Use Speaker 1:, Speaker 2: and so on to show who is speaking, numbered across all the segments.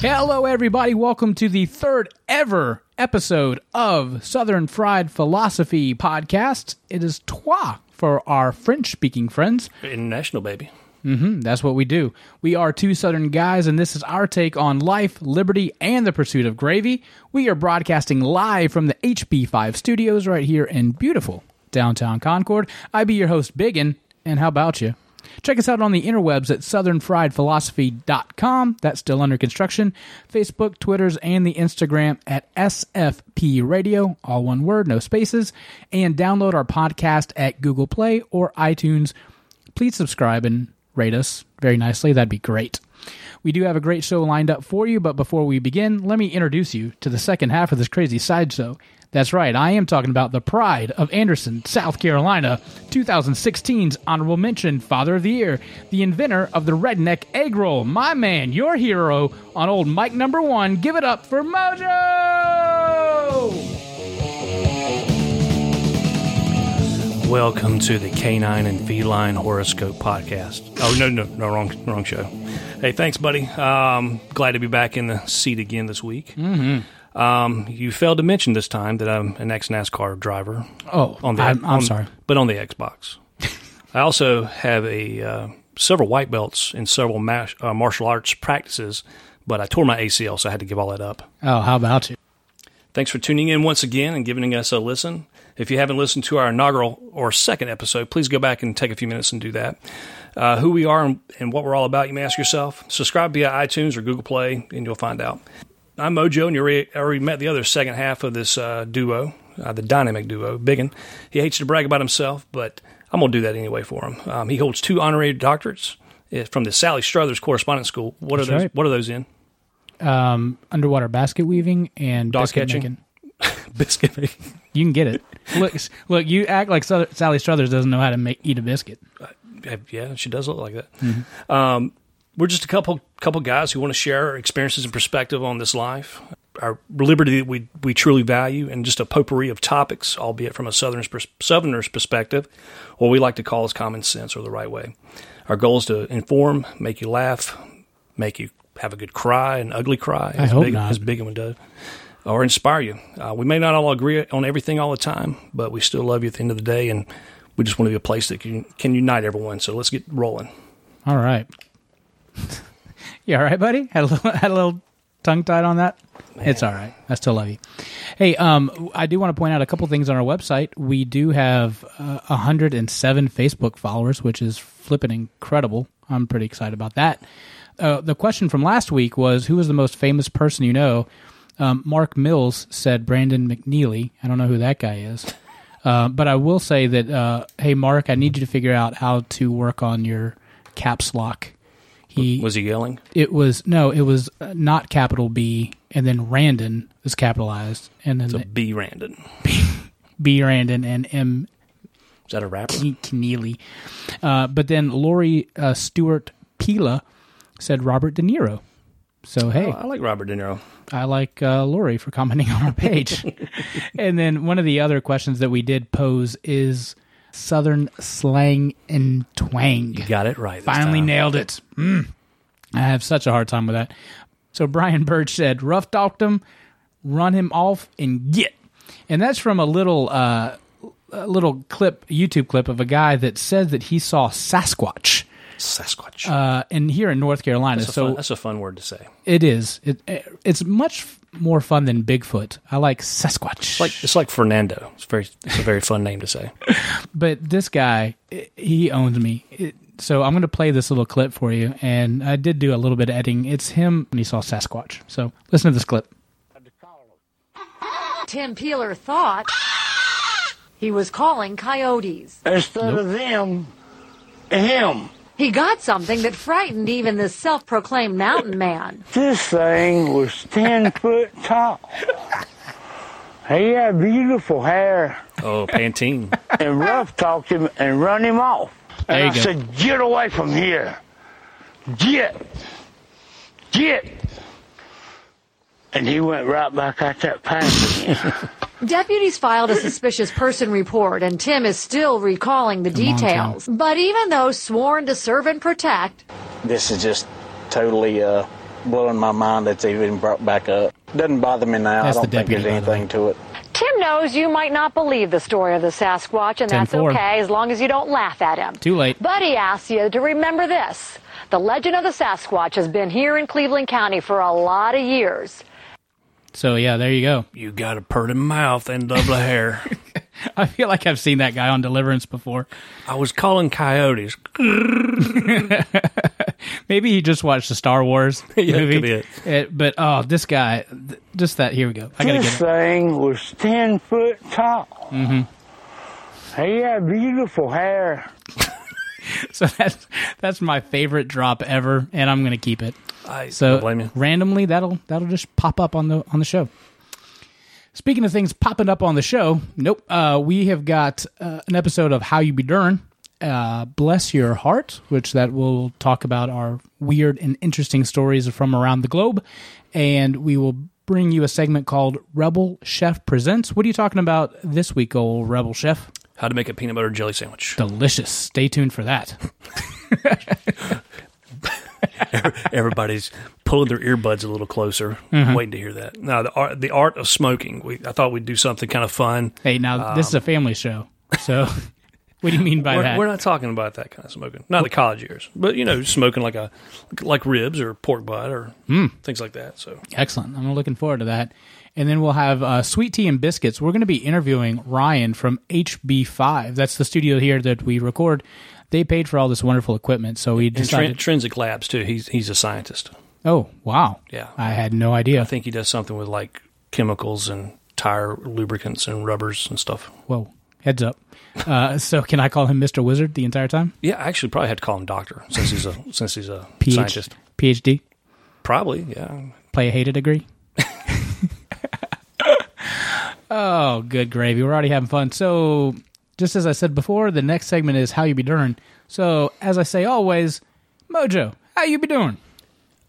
Speaker 1: Hello, everybody. Welcome to the third ever episode of Southern Fried Philosophy Podcast. It is trois for our French speaking friends.
Speaker 2: International, baby.
Speaker 1: Hmm, That's what we do. We are two Southern guys, and this is our take on life, liberty, and the pursuit of gravy. We are broadcasting live from the HB5 studios right here in beautiful downtown Concord. I be your host, Biggin, and how about you? Check us out on the interwebs at southernfriedphilosophy.com. That's still under construction. Facebook, Twitters, and the Instagram at SFP Radio, all one word, no spaces. And download our podcast at Google Play or iTunes please subscribe and rate us very nicely. That'd be great. We do have a great show lined up for you, but before we begin, let me introduce you to the second half of this crazy sideshow. That's right, I am talking about the pride of Anderson, South Carolina, 2016's honorable mention, Father of the Year, the inventor of the redneck egg roll, my man, your hero, on old Mike number one. Give it up for
Speaker 2: Oh,
Speaker 1: Mojo!
Speaker 2: Welcome to the Canine and Feline Horoscope Podcast. Oh no, no, no, wrong, wrong show. Hey, thanks, buddy. Um, glad to be back in the seat again this week. Mm-hmm. Um, you failed to mention this time that I'm an ex NASCAR driver.
Speaker 1: Oh,
Speaker 2: on the
Speaker 1: I'm, I'm
Speaker 2: on-
Speaker 1: sorry.
Speaker 2: but on the Xbox. I also have a uh, several white belts in several mas- uh, martial arts practices, but I tore my ACL, so I had to give all that up.
Speaker 1: Oh, how about you?
Speaker 2: Thanks for tuning in once again and giving us a listen. If you haven't listened to our inaugural or second episode, please go back and take a few minutes and do that. Uh, who we are and, and what we're all about, you may ask yourself. Subscribe via iTunes or Google Play, and you'll find out. I'm Mojo, and you already, already met the other second half of this uh, duo, uh, the dynamic duo, Biggin. He hates to brag about himself, but I'm going to do that anyway for him. Um, he holds two honorary doctorates uh, from the Sally Struthers Correspondence School. What
Speaker 1: That's
Speaker 2: are those?
Speaker 1: right.
Speaker 2: What are those in?
Speaker 1: Um, underwater basket weaving and
Speaker 2: Dog
Speaker 1: biscuit
Speaker 2: catching?
Speaker 1: making.
Speaker 2: Biscuit making.
Speaker 1: You can get it. Look, look. You act like Sal- Sally Struthers doesn't know how to make, eat a biscuit.
Speaker 2: Yeah, yeah, she does look like that. Um, we're just a couple couple guys who want to share our experiences and perspective on this life, our liberty that we we truly value, and just a potpourri of topics, albeit from a southerners pers- southerner's perspective, what we like to call is common sense or the right way. Our goal is to inform, make you laugh, make you have a good cry, an ugly cry,
Speaker 1: I
Speaker 2: as
Speaker 1: hope
Speaker 2: big
Speaker 1: not.
Speaker 2: as big one does, or inspire you. Uh, we may not all agree on everything all the time, but we still love you at the end of the day, and we just want to be a place that can, can unite everyone. So let's get rolling.
Speaker 1: All right. you all right, buddy? Had a little, had a little tongue tied on that. It's all right. I still love you. Hey, um, I do want to point out a couple things on our website. We do have uh, 107 Facebook followers, which is flipping incredible. I'm pretty excited about that. Uh, the question from last week was, "Who is the most famous person you know?" Um, Mark Mills said Brandon McNeely. I don't know who that guy is. Uh, but I will say that, uh, hey, Mark, I need you to figure out how to work on your caps lock. He
Speaker 2: Was he yelling?
Speaker 1: it was no, it was uh, not capital B, and then Randon is capitalized, and then
Speaker 2: The B Randon.
Speaker 1: B Randon and M E
Speaker 2: Is that a rapper?
Speaker 1: Keneally. Uh, but then Lori uh, Stewart Pila said Robert De Niro. So hey,
Speaker 2: Oh, I like Robert De Niro.
Speaker 1: I like uh, Lori for commenting on our page. and then one of the other questions that we did pose is Southern slang and twang.
Speaker 2: Got it right. this
Speaker 1: Finally
Speaker 2: time.
Speaker 1: nailed it. Mm. I have such a hard time with that. So Brian Birch said, rough docked him, run him off, and get. And that's from a little uh, a little clip, YouTube clip of a guy that says that he saw Sasquatch.
Speaker 2: Sasquatch.
Speaker 1: Uh, and here in North Carolina,
Speaker 2: that's, a
Speaker 1: so
Speaker 2: fun, that's a fun word to say.
Speaker 1: it is. It, it's much f- more fun than Bigfoot. I like Sasquatch.
Speaker 2: It's like it's like Fernando. It's very it's a very fun name to say.
Speaker 1: but this guy, i- he owns me. It, so I'm going to play this little clip for you. And I did do a little bit of editing. It's him and he saw Sasquatch. So listen to this clip.
Speaker 3: Tim Peeler thought he was calling coyotes.
Speaker 4: instead of them, him.
Speaker 3: He got something that frightened even this self proclaimed mountain man.
Speaker 4: This thing was 10 foot tall. He had beautiful hair
Speaker 2: Oh, Pantene.
Speaker 4: and rough talked him and run him off.
Speaker 1: There you
Speaker 4: And I
Speaker 1: go.
Speaker 4: said, Get away from here. Get. Get. And he went right back out that path again.
Speaker 3: Deputies filed a suspicious person report, and Tim is still recalling the
Speaker 1: on, Tim.
Speaker 3: details. But even though sworn to serve and protect,
Speaker 5: this is just totally uh, blowing my mind that's even brought back up. Doesn't bother me now.
Speaker 1: That's
Speaker 5: I
Speaker 1: the
Speaker 5: don't think
Speaker 1: deputy,
Speaker 5: there's
Speaker 1: by the way.
Speaker 5: anything to it.
Speaker 3: Tim knows you might not believe the story of the Sasquatch, and that's
Speaker 1: 10-4.
Speaker 3: okay as long as you don't laugh at him.
Speaker 1: Too late.
Speaker 3: But he asks you to remember this the legend of the Sasquatch has been here in Cleveland County for a lot of years.
Speaker 1: So yeah, there you go.
Speaker 2: You got a purty mouth and double hair.
Speaker 1: I feel like I've seen that guy on Deliverance before.
Speaker 2: I was calling coyotes.
Speaker 1: Maybe he just watched the Star Wars movie.
Speaker 2: Yeah, it could be it.
Speaker 1: but oh, this guy, th- just that. Here we go. I gotta
Speaker 4: this
Speaker 1: get it. Mm-hmm.
Speaker 4: thing was 10 foot tall. He had beautiful hair.
Speaker 1: So that's that's my favorite drop ever, and I'm gonna keep it.
Speaker 2: I
Speaker 1: So
Speaker 2: don't blame you.
Speaker 1: randomly, that'll that'll just pop up on the on the show. Speaking of things popping up on the show, nope, uh, we have got uh, an episode of How You Be Durin. Uh, Bless your heart, which that will talk about our weird and interesting stories from around the globe, and we will bring you a segment called Rebel Chef Presents. What are you talking about this week, old Rebel Chef?
Speaker 2: How to make a peanut butter jelly sandwich.
Speaker 1: Delicious. Stay tuned for that.
Speaker 2: Everybody's pulling their earbuds a little closer,
Speaker 1: Mm-hmm.
Speaker 2: waiting to hear that. Now the art, the art of smoking. We, I thought we'd do something kind of fun.
Speaker 1: Hey, now this is a family show, so what do you mean by
Speaker 2: Um, We're,
Speaker 1: that?
Speaker 2: we're not talking about that kind of smoking. Not the college years, but you know, smoking like a like ribs or pork butt or things like that. So
Speaker 1: Excellent. I'm looking forward to that. And then we'll have uh, Sweet Tea and Biscuits. We're going to be interviewing Ryan from HB5. That's the studio here that we record. They paid for all this wonderful equipment, so we
Speaker 2: and Trin-
Speaker 1: decided.
Speaker 2: Trinsic Labs too. He's he's a scientist.
Speaker 1: oh wow!
Speaker 2: Yeah.
Speaker 1: I had no idea.
Speaker 2: I think he does something with like chemicals and tire lubricants and rubbers and stuff.
Speaker 1: Whoa! Heads up. Uh, so can I call him Mr. Wizard the entire time?
Speaker 2: Yeah, I actually probably had to call him doctor since he's a since he's a
Speaker 1: PhD.
Speaker 2: scientist.
Speaker 1: PhD.
Speaker 2: Probably, yeah.
Speaker 1: Play a hated degree. oh, good gravy. We're already having fun. So, just as I said before, the next segment is How You Be Doing. So, as I say always, Mojo, how you be doing?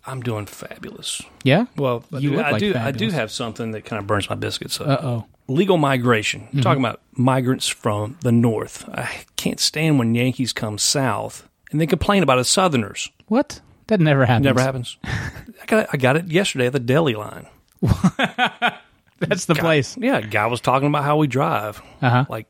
Speaker 2: I'm doing fabulous.
Speaker 1: Yeah?
Speaker 2: Well,
Speaker 1: You
Speaker 2: I do,
Speaker 1: look
Speaker 2: I,
Speaker 1: like
Speaker 2: do I do
Speaker 1: fabulous.
Speaker 2: have something that kind of burns my biscuits up.
Speaker 1: Uh oh.
Speaker 2: Legal migration.
Speaker 1: Mm-hmm.
Speaker 2: I'm Talking about migrants from the north. I can't stand when Yankees come south and they complain about us Southerners.
Speaker 1: What? That never happens.
Speaker 2: Never happens. I got it, I got it yesterday at the deli line.
Speaker 1: That's the place.
Speaker 2: Yeah, a guy was talking about how we drive.
Speaker 1: Uh-huh.
Speaker 2: Like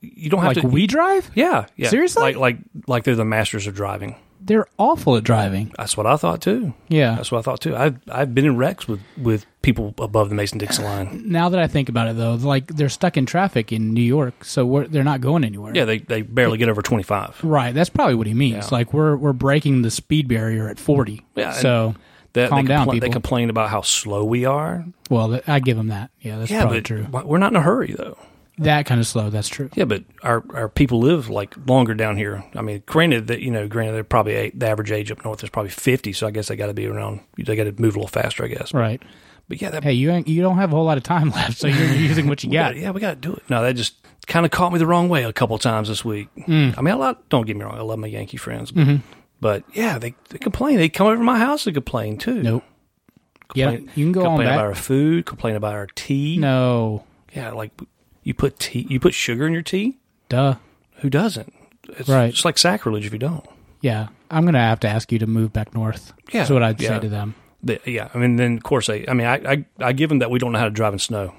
Speaker 2: you don't have
Speaker 1: Like,
Speaker 2: to.
Speaker 1: we drive?
Speaker 2: yeah, yeah.
Speaker 1: Seriously?
Speaker 2: Like like like they're the masters of driving.
Speaker 1: They're awful at driving.
Speaker 2: That's what I thought too.
Speaker 1: Yeah.
Speaker 2: That's what I thought too. I've I've been in wrecks with with people above the Mason Dixon line.
Speaker 1: Now that I think about it, though, like they're stuck in traffic in New York, so we're, they're not going anywhere.
Speaker 2: Yeah, they they barely get over twenty five.
Speaker 1: Right. That's probably what he means. Like we're we're breaking the speed barrier at forty.
Speaker 2: Yeah, and
Speaker 1: So
Speaker 2: That
Speaker 1: Calm
Speaker 2: they,
Speaker 1: down,
Speaker 2: compla- they
Speaker 1: people.
Speaker 2: complain about how slow we are.
Speaker 1: well, th- I give him that. Yeah, that's
Speaker 2: Yeah,
Speaker 1: probably
Speaker 2: but
Speaker 1: true.
Speaker 2: why- we're not in a hurry though.
Speaker 1: That kind of slow. That's true.
Speaker 2: Yeah, but our, our people live like longer down here. I mean, granted that you know, granted they're probably eight, the average age up north is probably fifty, so I guess they got to be around. They got to move a little faster, I guess.
Speaker 1: Right.
Speaker 2: But yeah, that,
Speaker 1: Hey, you ain't, you don't have a whole lot of time left, so you're using what you
Speaker 2: yeah,
Speaker 1: got.
Speaker 2: yeah, we got to do it. No, that just kind of caught me the wrong way a couple times this week. I mean, a lot. Don't get me wrong, I love my Yankee friends, but yeah, they, they complain. They come over to my house and complain too.
Speaker 1: Nope. Yeah,
Speaker 2: Complain-
Speaker 1: you can go on
Speaker 2: complain
Speaker 1: back.
Speaker 2: about our food. Complain about our tea.
Speaker 1: No.
Speaker 2: Yeah, like you put tea, you put sugar in your tea.
Speaker 1: Duh.
Speaker 2: Who doesn't? It's,
Speaker 1: Right.
Speaker 2: It's like sacrilege if you don't.
Speaker 1: Yeah. I'm gonna have to ask you to move back north.
Speaker 2: Yeah,
Speaker 1: That's what I'd say
Speaker 2: yeah.
Speaker 1: to them.
Speaker 2: The, yeah, I mean, then of course I. I mean, I, I I give them that we don't know how to drive in snow.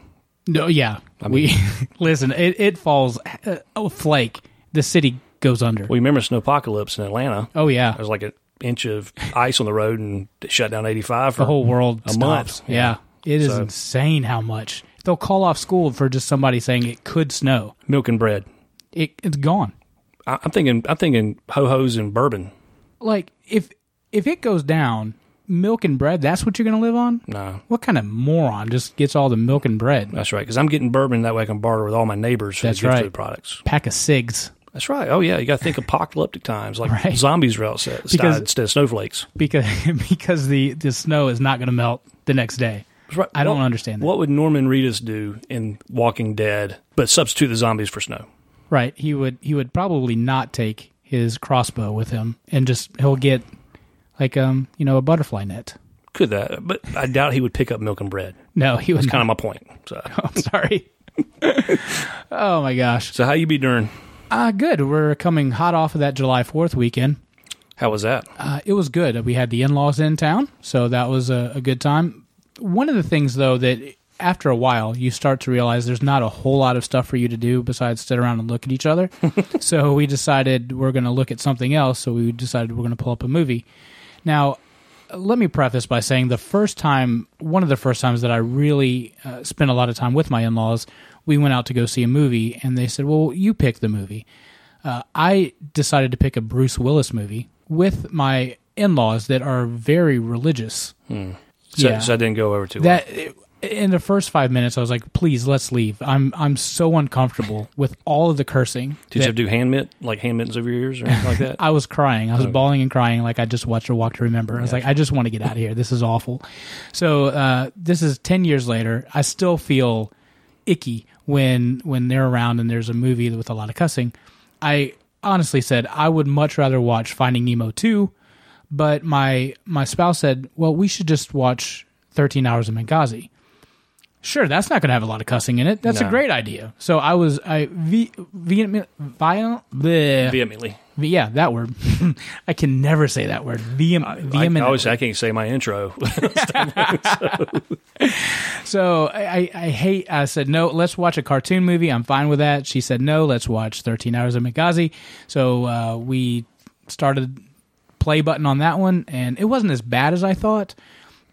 Speaker 1: No. Yeah. we listen. It it falls uh, a flake. The city goes under.
Speaker 2: We remember snowpocalypse in Atlanta.
Speaker 1: oh yeah.
Speaker 2: There was like an inch of ice on the road and it shut down eighty five for
Speaker 1: the whole world
Speaker 2: a month.
Speaker 1: stops. Yeah. It is
Speaker 2: So-
Speaker 1: insane how much they'll call off school for just somebody saying it could snow.
Speaker 2: milk and bread.
Speaker 1: It, it's gone.
Speaker 2: I, I'm thinking. I'm thinking ho hos and bourbon.
Speaker 1: Like if if it goes down, milk and bread. That's what you're going to live on.
Speaker 2: No,
Speaker 1: What kind of moron just gets all the milk and bread?
Speaker 2: that's right. Because I'm getting bourbon that way. I can barter with all my neighbors for
Speaker 1: That's
Speaker 2: the good
Speaker 1: right.
Speaker 2: food products.
Speaker 1: Pack of cigs
Speaker 2: That's right. Oh yeah, you got to think apocalyptic times like
Speaker 1: Right.
Speaker 2: zombies were outside
Speaker 1: Because-
Speaker 2: instead of snowflakes.
Speaker 1: because because the the snow is not going to melt the next day.
Speaker 2: That's right.
Speaker 1: I don't
Speaker 2: What-
Speaker 1: understand that.
Speaker 2: What would Norman Reedus do in Walking Dead, but substitute the zombies for snow?
Speaker 1: Right? He would he would probably not take his crossbow with him and just he'll get like um you know a butterfly net.
Speaker 2: Could that? But I doubt he would pick up milk and bread.
Speaker 1: No, he was
Speaker 2: That's kind
Speaker 1: not.
Speaker 2: of my point. So,
Speaker 1: I'm sorry. oh my gosh.
Speaker 2: so how you be doing?
Speaker 1: Uh, good. We're coming hot off of that July 4th weekend.
Speaker 2: How was that?
Speaker 1: Uh, it was good. We had the in laws in town, so that was a, a good time. One of the things, though, that after a while you start to realize there's not a whole lot of stuff for you to do besides sit around and look at each other. so we decided we're going to look at something else. So we decided we're going to pull up a movie. Now, let me preface by saying the first time, one of the first times that I really uh, spent a lot of time with my in laws, we went out to go see a movie, and they said, Well, you pick the movie. Uh, I decided to pick a Bruce Willis movie with my in laws that are very religious.
Speaker 2: So,
Speaker 1: Yeah.
Speaker 2: so I didn't go over too well.
Speaker 1: That in the first five minutes, I was like, "Please, let's leave." I'm I'm so uncomfortable with all of the cursing.
Speaker 2: Did you
Speaker 1: that
Speaker 2: have to do hand mitt, like hand mittens over your ears or anything like that?
Speaker 1: I was crying. I was bawling and crying like I just watched a walk to remember. I was like, I just want to get out of here. This is awful. So uh, this is ten years later. I still feel icky when when they're around and there's a movie with a lot of cussing. I honestly said I would much rather watch Finding Nemo two, but my my spouse said, well, we should just watch Thirteen Hours of Benghazi. Sure, that's not going to have a lot of cussing in it. That's a
Speaker 2: No.
Speaker 1: great idea. So I was I ve- vehement, violent, bleh,
Speaker 2: Vehemently.
Speaker 1: but yeah, that word. I can never say that word. Vehem-
Speaker 2: I
Speaker 1: vehemently.
Speaker 2: always I can't say my intro.
Speaker 1: so I, I, I hate. I said no. Let's watch a cartoon movie. I'm fine with that. She said no. Let's watch 13 Hours of Benghazi. So uh, we started play button on that one, and it wasn't as bad as I thought.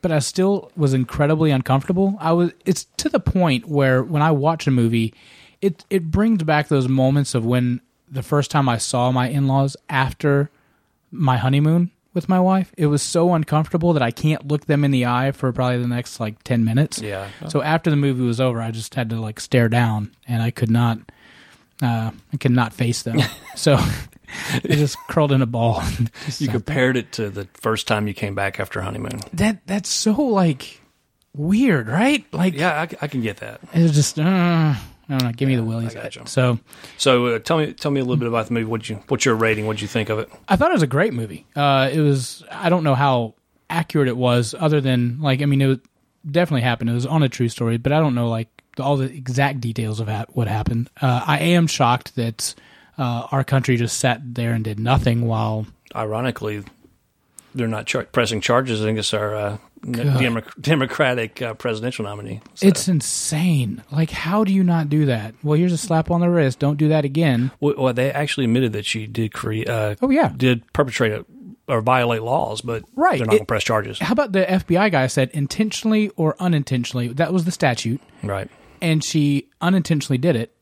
Speaker 1: But I still was incredibly uncomfortable. I was. It's to the point where when I watch a movie, it it brings back those moments of when the first time I saw my in laws after my honeymoon with my wife. It was so uncomfortable that I can't look them in the eye for probably the next like 10 minutes.
Speaker 2: Yeah.
Speaker 1: So after the movie was over, I just had to like stare down and I could not uh I could not face them. so I just curled in a ball.
Speaker 2: you compared it to the first time you came back after honeymoon.
Speaker 1: that that's so like weird, right? Like
Speaker 2: Yeah, I, c- I can get that.
Speaker 1: it was just uh, I don't know, give me the willies.
Speaker 2: gotcha.
Speaker 1: So
Speaker 2: So uh, tell me, tell me a little bit about the movie. What you, what's your rating? What would you think of it?
Speaker 1: I thought it was a great movie. Uh, it was. I don't know how accurate it was, other than like I mean, it was, definitely happened. It was on a true story, but I don't know like the- all the exact details of ha- what happened. Uh, I am shocked that uh, our country just sat there and did nothing while
Speaker 2: Ironically, they're not char- pressing charges against our uh, n- Demo- Democratic uh, presidential nominee. So-
Speaker 1: it's insane. Like, how do you not do that? Well, here's a slap on the wrist. Don't do that again.
Speaker 2: Well, well, they actually admitted that she did create. Uh,
Speaker 1: Oh, yeah.
Speaker 2: did perpetrate a, or violate laws, but
Speaker 1: Right.
Speaker 2: they're not going to
Speaker 1: It-
Speaker 2: press charges.
Speaker 1: How about the FBI guy said intentionally or unintentionally? That was the statute,
Speaker 2: Right.
Speaker 1: and she unintentionally did it.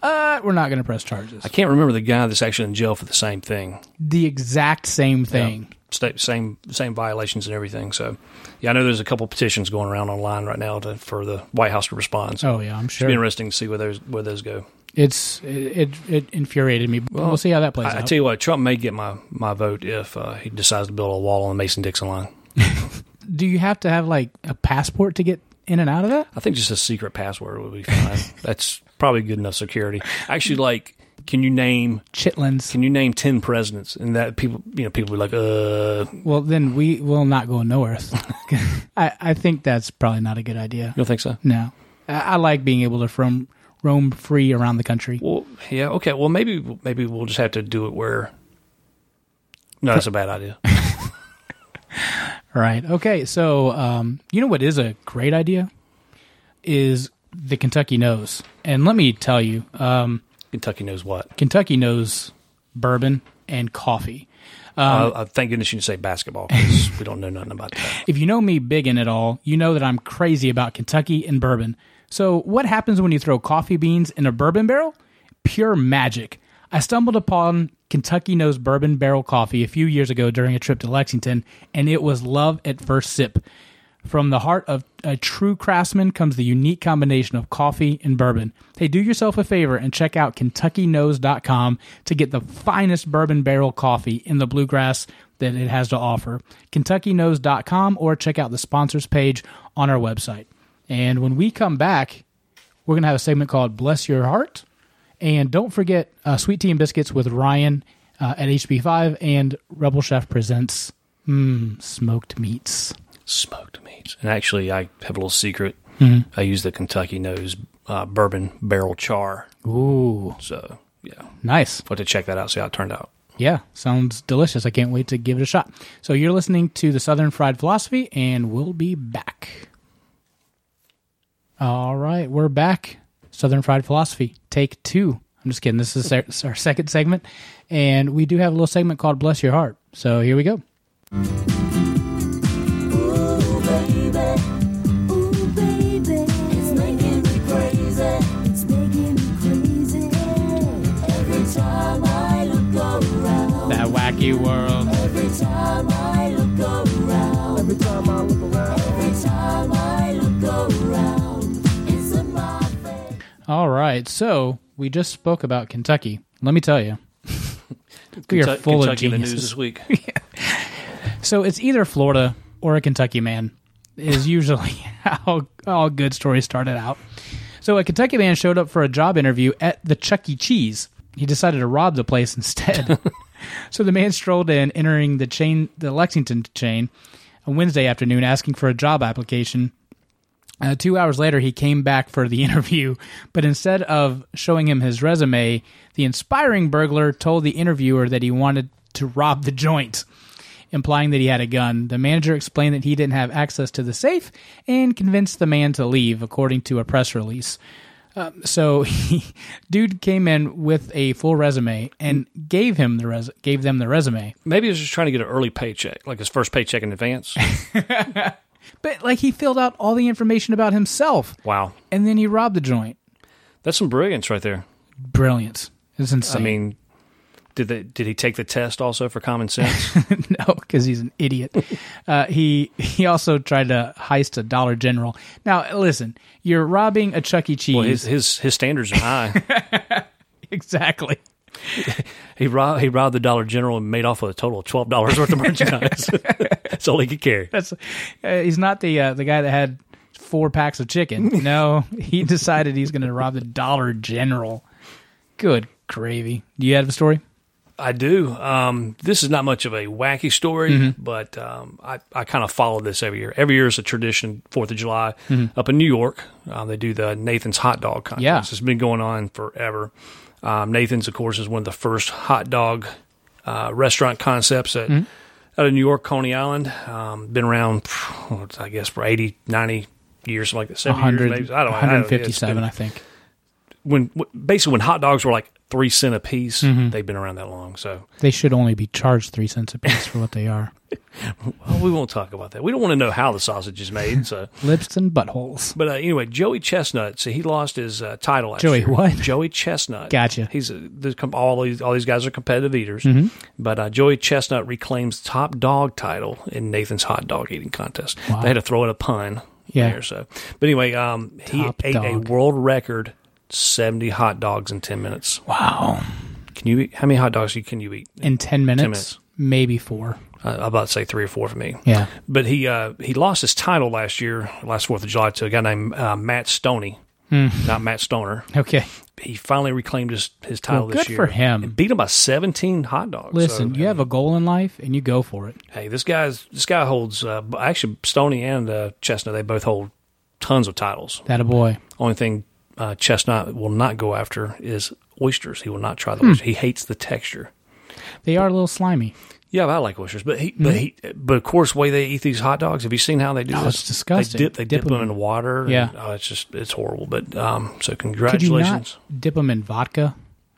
Speaker 1: But we're not going to press charges.
Speaker 2: I can't remember the guy that's actually in jail for the same thing.
Speaker 1: the exact same thing.
Speaker 2: Sta- Same same violations and everything. So, yeah, I know there's a couple petitions going around online right now to, for the White House to respond. So
Speaker 1: Oh yeah, I'm
Speaker 2: it'll be
Speaker 1: sure.
Speaker 2: interesting to see where those where those go.
Speaker 1: It's it, it it infuriated me. We'll, we'll see how that plays
Speaker 2: I, I
Speaker 1: out.
Speaker 2: tell you what, Trump may get my my vote if uh, he decides to build a wall on the Mason Dixon line.
Speaker 1: Do you have to have like a passport to get in and out of that?
Speaker 2: I think just a secret password would be fine. that's probably good enough security. Actually, like, can you name
Speaker 1: Chitlins.
Speaker 2: Can you name ten presidents? And that people, you know, people be like, uh, you
Speaker 1: well, then we will not go no earth. I I think that's probably not a good idea.
Speaker 2: don't think so?
Speaker 1: No, I, I like being able to from roam free around the country.
Speaker 2: Well, yeah, okay. Well, maybe maybe we'll just have to do it where. No, that's a bad idea.
Speaker 1: All right. Okay. So, um, you know what is a great idea is the Kentucky nose, and let me tell you, um,
Speaker 2: Kentucky knows what.
Speaker 1: Kentucky knows bourbon and coffee.
Speaker 2: uh, uh, thank goodness you didn't say basketball 'cause we don't know nothing about that.
Speaker 1: If you know me big in at all, you know that I'm crazy about Kentucky and bourbon. So, what happens when you throw coffee beans in a bourbon barrel? Pure magic. I stumbled upon Kentucky Nose Bourbon Barrel Coffee a few years ago during a trip to Lexington, and it was love at first sip. From the heart of a true craftsman comes the unique combination of coffee and bourbon. Hey, do yourself a favor and check out KentuckyNose.com to get the finest bourbon barrel coffee in the bluegrass that it has to offer. KentuckyNose.com or check out the sponsors page on our website. And when we come back, we're going to have a segment called Bless Your Heart. And don't forget uh, Sweet Tea and Biscuits with Ryan uh, at HB5 and Rebel Chef presents mm, Smoked Meats.
Speaker 2: Smoked meats. And actually, I have a little secret. I use the Kentucky Nose uh, bourbon barrel char.
Speaker 1: Ooh,
Speaker 2: So yeah,
Speaker 1: nice.
Speaker 2: but to check that out, see how it turned out.
Speaker 1: Yeah, sounds delicious. I can't wait to give it a shot. So you're listening to the Southern Fried Philosophy, and we'll be back. All right, we're back. Southern Fried Philosophy, take two. I'm just kidding. This is our our second segment, and we do have a little segment called Bless Your Heart. So here we go.
Speaker 6: It's making me crazy. It's making me crazy. Every time I look around.
Speaker 1: That wacky world.
Speaker 6: Every time I look around. Every time I look around. Every time I look around. It's in my face.
Speaker 1: All right, so we just spoke about Kentucky. Let me tell you, we are
Speaker 2: Kentu-
Speaker 1: full
Speaker 2: Kentucky
Speaker 1: of
Speaker 2: in the news
Speaker 1: geniuses.
Speaker 2: this week.
Speaker 1: So it's either Florida or a Kentucky man is usually how all good stories started out. So a Kentucky man showed up for a job interview at the Chuck E. Cheese. He decided to rob the place instead. so the man strolled in, entering the chain, the Lexington chain, on Wednesday afternoon, asking for a job application. Uh, two hours later, he came back for the interview, but instead of showing him his resume, the inspiring burglar told the interviewer that he wanted to rob the joint implying that he had a gun. The manager explained that he didn't have access to the safe and convinced the man to leave, according to a press release. Um, so, he, dude came in with a full resume and gave him the res- gave them the resume.
Speaker 2: Maybe he was just trying to get an early paycheck, like his first paycheck in advance.
Speaker 1: But like he filled out all the information about himself,
Speaker 2: wow,
Speaker 1: and then he robbed the joint.
Speaker 2: that's some brilliance right there.
Speaker 1: Brilliance! It's insane.
Speaker 2: I mean, did they, did he take the test also for common sense?
Speaker 1: no, because he's an idiot. Uh, he he also tried to heist a Dollar General. Now listen, you're robbing a Chuck E. Cheese.
Speaker 2: well, his his his standards are high.
Speaker 1: exactly.
Speaker 2: he robbed he robbed the Dollar General and made off with a total of twelve dollars worth of merchandise. that's all he could carry.
Speaker 1: That's uh, he's not the uh, the guy that had four packs of chicken. No, he decided he's going to rob the Dollar General. Good gravy. Do you have a story?
Speaker 2: I do. Um, this is not much of a wacky story,
Speaker 1: Mm-hmm.
Speaker 2: but um, I, I kind of follow this every year. Every year is a tradition, Fourth of July, up in New York. Uh, they do the Nathan's hot dog contest.
Speaker 1: Mm-hmm. Yeah.
Speaker 2: It's been going on forever. Um, Nathan's, of course, is one of the first hot dog uh, restaurant concepts that.
Speaker 1: Mm-hmm.
Speaker 2: Out of New York, Coney Island, um, been around, phew, I guess, for 80, 90 years, something like that, 70 years, maybe. I don't know. I don't- it's been-
Speaker 1: 157, I think.
Speaker 2: when basically when hot dogs were like three cent a piece,
Speaker 1: Mm-hmm.
Speaker 2: they've been around that long. So
Speaker 1: They should only be charged three cents a piece for what they are.
Speaker 2: well, we won't talk about that. We don't want to know how the sausage is made. So,
Speaker 1: Lips and buttholes.
Speaker 2: but uh, anyway, Joey Chestnut. So he lost his uh, title. Last
Speaker 1: Joey
Speaker 2: year.
Speaker 1: what?
Speaker 2: Joey Chestnut.
Speaker 1: Gotcha. Mm-hmm.
Speaker 2: He's uh, the, com- all these all these guys are competitive eaters, but uh, Joey Chestnut reclaims top dog title in Nathan's hot dog eating contest. They had to throw in a pun.
Speaker 1: Yeah.
Speaker 2: There, so, but anyway, um, he
Speaker 1: Top
Speaker 2: ate
Speaker 1: dog.
Speaker 2: a world record seventy hot dogs in ten minutes.
Speaker 1: Wow.
Speaker 2: Can you eat how many hot dogs you- can you eat?
Speaker 1: In 10 minutes,
Speaker 2: minutes.
Speaker 1: maybe four.
Speaker 2: uh, I'm about to say three or four for me.
Speaker 1: Yeah.
Speaker 2: But he uh, he lost his title last year, last Fourth of July, to a guy named uh, Matt Stoney,
Speaker 1: Hmm.
Speaker 2: not Matt Stoner.
Speaker 1: Okay.
Speaker 2: He finally reclaimed his, his title
Speaker 1: Well,
Speaker 2: this
Speaker 1: good for
Speaker 2: year.
Speaker 1: him.
Speaker 2: And beat him by 17 hot dogs.
Speaker 1: Listen,
Speaker 2: So,
Speaker 1: you have a goal in life and you go for it.
Speaker 2: hey, this guy's this guy holds uh, actually Stoney and uh, Chestnut. They both hold tons of titles.
Speaker 1: That a boy.
Speaker 2: Only thing uh, Chestnut will not go after is oysters. He will not try the
Speaker 1: Hmm.
Speaker 2: oysters. He hates the texture.
Speaker 1: They are a little slimy.
Speaker 2: Yeah, but I like oysters, but he, but he, but of course, way they eat these hot dogs. Have you seen how they do?
Speaker 1: Mm-hmm. Oh,
Speaker 2: this?
Speaker 1: it's disgusting.
Speaker 2: They dip, they dip,
Speaker 1: Dip
Speaker 2: them,
Speaker 1: them.
Speaker 2: in water. and-
Speaker 1: Yeah.
Speaker 2: oh, it's just it's horrible. But um,
Speaker 1: Could you
Speaker 2: so
Speaker 1: not
Speaker 2: congratulations.
Speaker 1: dip them in vodka?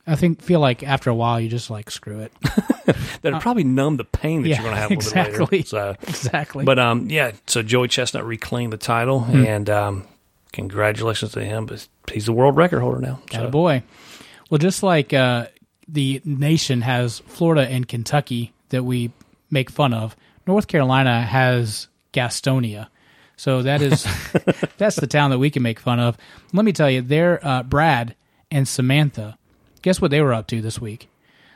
Speaker 1: I think feel like after a while you just like screw it.
Speaker 2: That'll probably numb the pain that
Speaker 1: Uh, yeah,
Speaker 2: you're going to have a little bit
Speaker 1: exactly.
Speaker 2: later. So,
Speaker 1: Exactly.
Speaker 2: But um, yeah. So Joey Chestnut reclaimed the title,
Speaker 1: Hmm.
Speaker 2: and um, congratulations to him. But he's the world record holder now. So.
Speaker 1: Atta boy. Well, just like uh, the nation has Florida and Kentucky that we make fun of, North Carolina has Gastonia. So that is that's the town that we can make fun of. Let me tell you, their uh, Brad and Samantha. Guess what they were up to this week?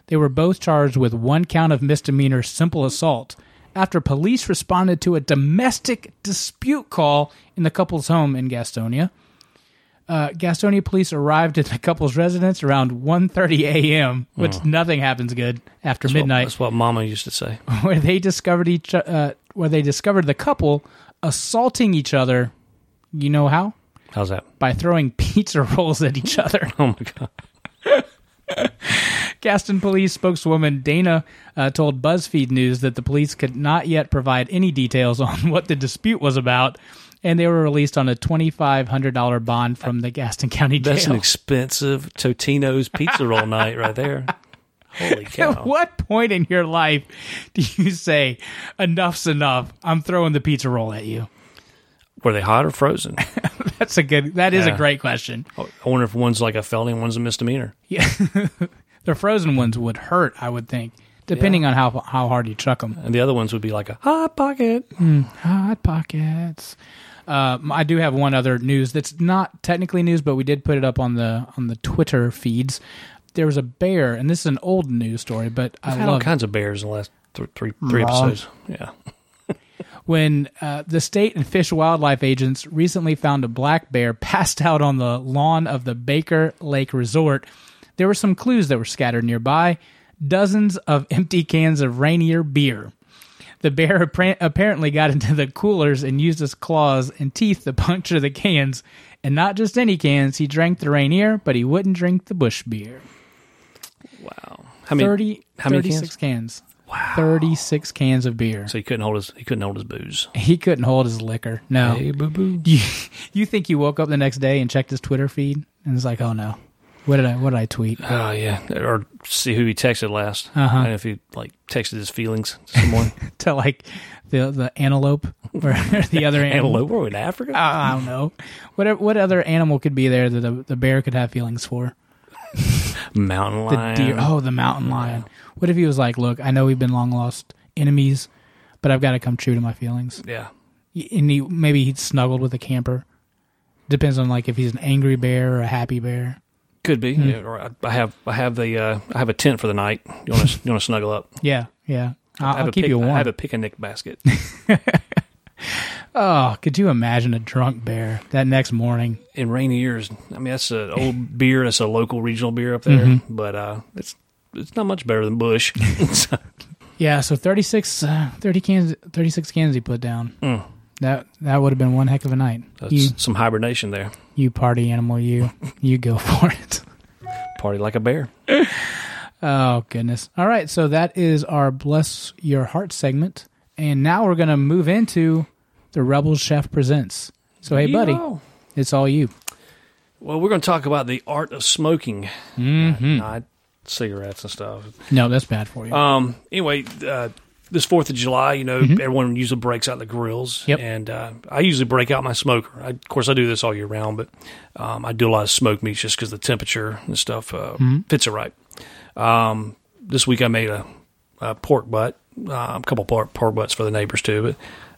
Speaker 1: They were both charged with one count of misdemeanor simple assault after police responded to a domestic dispute call in the couple's home in Gastonia. Uh, Gastonia police arrived at the couple's residence around 1.30 a.m., which nothing happens good after
Speaker 2: Well,
Speaker 1: midnight
Speaker 2: Oh. That's what Mama used to say.
Speaker 1: where they discovered each uh, where they discovered the couple assaulting each other. You know how?
Speaker 2: How's that?
Speaker 1: By throwing pizza rolls at each other.
Speaker 2: Oh my god.
Speaker 1: Gaston police spokeswoman Dana uh, told BuzzFeed News that the police could not yet provide any details on what the dispute was about, and they were released on a $2,500 bond from the Gaston County Jail.
Speaker 2: That's an expensive Totino's pizza roll night right there. Holy
Speaker 1: At
Speaker 2: cow!
Speaker 1: what point in your life do you say, enough's enough? I'm throwing the pizza roll at you.
Speaker 2: Were they hot or frozen?
Speaker 1: That's a good, that is a
Speaker 2: Yeah.
Speaker 1: great question.
Speaker 2: I wonder if one's like a felony and one's a misdemeanor.
Speaker 1: Yeah. the frozen ones would hurt, I would think, depending on how, how hard you chuck them.
Speaker 2: And the other ones would be like a hot pocket.
Speaker 1: Hot pockets. Um, I do have one other news that's not technically news, but we did put it up on the on the Twitter feeds. There was a bear, and this is an old news story, but I
Speaker 2: I've had all
Speaker 1: love it.
Speaker 2: kinds of bears in the last th- three three episodes. Yeah.
Speaker 1: when uh, the state and fish wildlife agents recently found a black bear passed out on the lawn of the Baker Lake Resort. There were some clues that were scattered nearby dozens of empty cans of Rainier beer. The bear appar- apparently got into the coolers and used his claws and teeth to puncture the cans. And not just any cans, he drank the Rainier, but he wouldn't drink the bush beer.
Speaker 2: Wow. How many?
Speaker 1: 30,
Speaker 2: how many
Speaker 1: 36 cans?
Speaker 2: Wow.
Speaker 1: 36 cans of beer.
Speaker 2: So he couldn't hold his he couldn't hold his booze. Oh.
Speaker 1: He couldn't hold his liquor. No.
Speaker 2: boo boo.
Speaker 1: you, you think you woke up the next day and checked his Twitter feed and it's like, oh no, what did I what did I tweet?
Speaker 2: Oh yeah. Or see who he texted last.
Speaker 1: Uh-huh.
Speaker 2: And if he like texted his feelings to someone.
Speaker 1: to like the the antelope or the other animal. Ah,
Speaker 2: Antelope. Were we in Africa?
Speaker 1: I I don't know. What what other animal could be there that the, the bear could have feelings for?
Speaker 2: Mountain
Speaker 1: The
Speaker 2: lion.
Speaker 1: deer. Oh, the mountain lion. What if he was like, look, I know we've been long lost enemies, but I've got to come true to my feelings.
Speaker 2: Yeah.
Speaker 1: And he, maybe he snuggled with a camper. Depends on like if he's an angry bear or a happy bear.
Speaker 2: Could be.
Speaker 1: Hmm.
Speaker 2: Yeah, or I, I have I have the uh, I have a tent for the night. You want to you want to snuggle up?
Speaker 1: Yeah, yeah. I'll,
Speaker 2: I have
Speaker 1: I'll
Speaker 2: a
Speaker 1: keep
Speaker 2: pic-
Speaker 1: you warm.
Speaker 2: I have a picnic basket.
Speaker 1: Oh, could you imagine a drunk bear that next morning?
Speaker 2: in rainy years. I mean, that's an old beer. That's a local regional beer up there,
Speaker 1: Mm-hmm.
Speaker 2: but uh, it's it's not much better than Bush. So,
Speaker 1: Yeah, so 36, uh, 30 cans, 36 cans he put down. That that would have been one heck of a night.
Speaker 2: Hmm. that's
Speaker 1: You,
Speaker 2: some hibernation there.
Speaker 1: you party animal, you you go for it.
Speaker 2: Party like a bear.
Speaker 1: Oh goodness! All right, so that is our bless your heart segment, and now we're gonna move into the Rebel Chef presents. So hey, buddy,
Speaker 2: Yeehaw.
Speaker 1: it's all you.
Speaker 2: Well, we're going to talk about the art of smoking,
Speaker 1: Mm-hmm.
Speaker 2: Uh, not, not cigarettes and stuff.
Speaker 1: No, that's bad for you.
Speaker 2: Um. Anyway, uh, this Fourth of July, you know, everyone usually breaks out the grills.
Speaker 1: Mm-hmm. Yep.
Speaker 2: And uh, I usually break out my smoker. I, of course, I do this all year round, but um, I do a lot of smoked meats just because the temperature and stuff uh,
Speaker 1: Mm-hmm.
Speaker 2: fits it right. Um, this week I made a, a pork butt, uh, a couple pork, pork butts for the neighbors too, but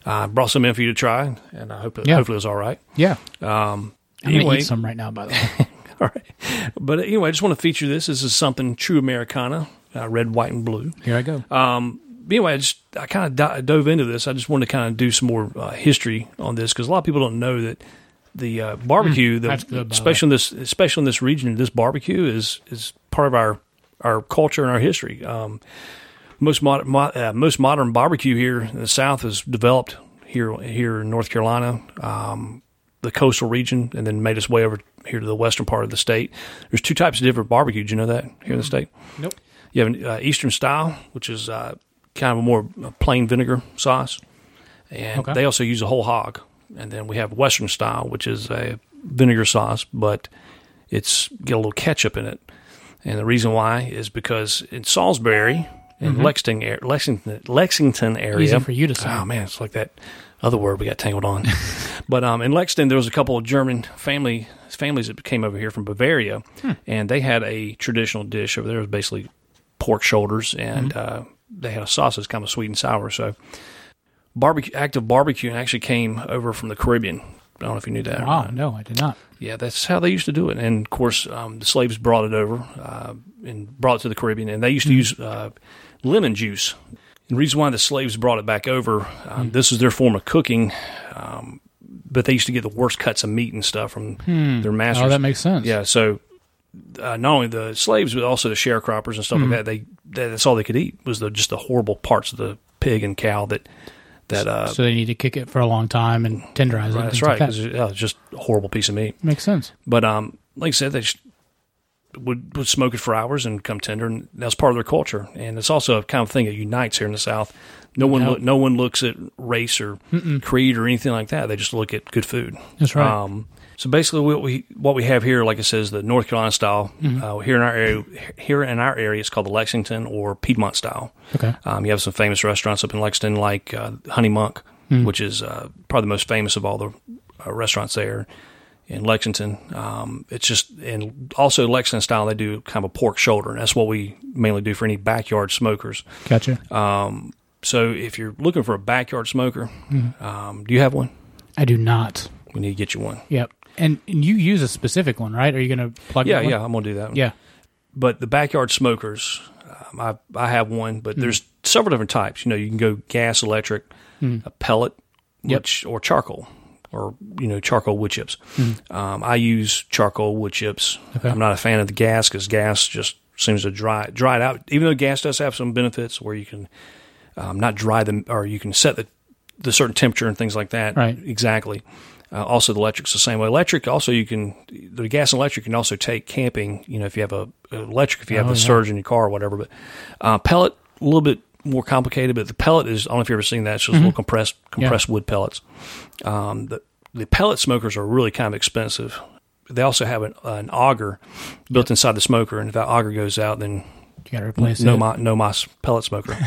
Speaker 2: uh, brought some in for you to try, and I hope it,
Speaker 1: Yeah.
Speaker 2: hopefully it was all right.
Speaker 1: yeah, I'm gonna
Speaker 2: um, anyway,
Speaker 1: eat some right now. By the way,
Speaker 2: all right. But anyway, I just want to feature this. This is something true Americana, uh, red, white, and blue
Speaker 1: here I go.
Speaker 2: Uh, anyway, I just I kind of di- dove into this. I just wanted to kind of do some more uh, history on this because a lot of people don't know that the uh, barbecue,
Speaker 1: that's
Speaker 2: the,
Speaker 1: good, by the
Speaker 2: especially in this, especially in this region, this barbecue is is part of our our culture and our history. Um, most modern mo- uh, most modern barbecue here in the South is developed here here in North Carolina, um, the coastal region, and then made its way over here to the western part of the state. There's two types of different barbecue. Do you know that here in the state? Nope. You have an uh, Eastern style, which is uh, kind of a more uh, plain vinegar sauce, and
Speaker 1: Okay.
Speaker 2: they also use a whole hog. And then we have Western style, which is a vinegar sauce, but it's got a little ketchup in it. And the reason why is because in Salisbury, in Lexington, ar- Lexington, Lexington area,
Speaker 1: Mm-hmm. Easy for you to say.
Speaker 2: Oh man, it's like that other word we got tangled on. but um, in Lexington, there was a couple of German family families that came over here from Bavaria, and they had a traditional dish over there. It was basically pork shoulders, and uh, they had a sauce that's kind of sweet and sour. So barbecue, active barbecuing actually came over from the Caribbean. I don't know if you knew that. or not.
Speaker 1: Wow, Oh, no, I did not.
Speaker 2: Yeah, that's how they used to do it. And of course, um, the slaves brought it over uh, and brought it to the Caribbean, and they used to
Speaker 1: Mm-hmm.
Speaker 2: use uh, lemon juice. The reason why the slaves brought it back over,
Speaker 1: Mm-hmm.
Speaker 2: um, this is their form of cooking, um, but they used to get the worst cuts of meat and stuff from their masters.
Speaker 1: Oh, that makes sense.
Speaker 2: Yeah, so uh, not only the slaves, but also the sharecroppers and
Speaker 1: Mm-hmm.
Speaker 2: stuff like that. They that- that's all they could eat was the just the horrible parts of the pig and cow that that. Uh,
Speaker 1: So they need to kick it for a long time and tenderize it. and
Speaker 2: that's
Speaker 1: things like
Speaker 2: right,
Speaker 1: that.
Speaker 2: 'cause, yeah, it's just a horrible piece of meat.
Speaker 1: Makes sense.
Speaker 2: But um, like I said, they sh- would, would smoke it for hours and come tender, and that's part of their culture. And it's also a kind of thing that unites here in the South. No one, look, no one looks at race or creed or anything like that. They just look at good food.
Speaker 1: That's right.
Speaker 2: Um, so basically, what we what we have here, like I said, is the North Carolina style.
Speaker 1: Mm-hmm.
Speaker 2: Uh, here in our area, here in our area, it's called the Lexington or Piedmont style.
Speaker 1: Okay.
Speaker 2: Um, you have some famous restaurants up in Lexington, like uh, Honey Monk,
Speaker 1: Hmm.
Speaker 2: which is uh, probably the most famous of all the uh, restaurants there in Lexington. Um, it's just and also Lexington style. They do kind of a pork shoulder, and that's what we mainly do for any backyard smokers.
Speaker 1: Gotcha.
Speaker 2: uh, So if you're looking for a backyard smoker,
Speaker 1: Hmm.
Speaker 2: um, do you have one?
Speaker 1: I do not.
Speaker 2: We need to get you one.
Speaker 1: Yep. And, and you use a specific one, right? Are you going to plug
Speaker 2: Yeah,
Speaker 1: that one?
Speaker 2: yeah, I'm gonna do that. One.
Speaker 1: Yeah.
Speaker 2: but the backyard smokers, um, I I have one, but there's several different types. You know, you can go gas, electric, a pellet, which or charcoal, or you know charcoal wood chips. Um, I use charcoal wood chips. I'm not a fan of the gas because gas just seems to dry dry it out. Even though gas does have some benefits where you can um, not dry them or you can set the the certain temperature and things like that.
Speaker 1: Right.
Speaker 2: Exactly. Uh, also, the electric's the same way. Electric also you can the gas and electric you can also take camping. You know, if you have a a electric, if you have a surge in your car or whatever. But uh, pellet a little bit more complicated. But the pellet is I don't know if you've ever seen that. It's just little compressed compressed wood pellets. Um, the the pellet smokers are really kind of expensive. They also have an, an auger built inside the smoker, and if that auger goes out, then
Speaker 1: You got to replace
Speaker 2: no
Speaker 1: it.
Speaker 2: my no my pellet smoker.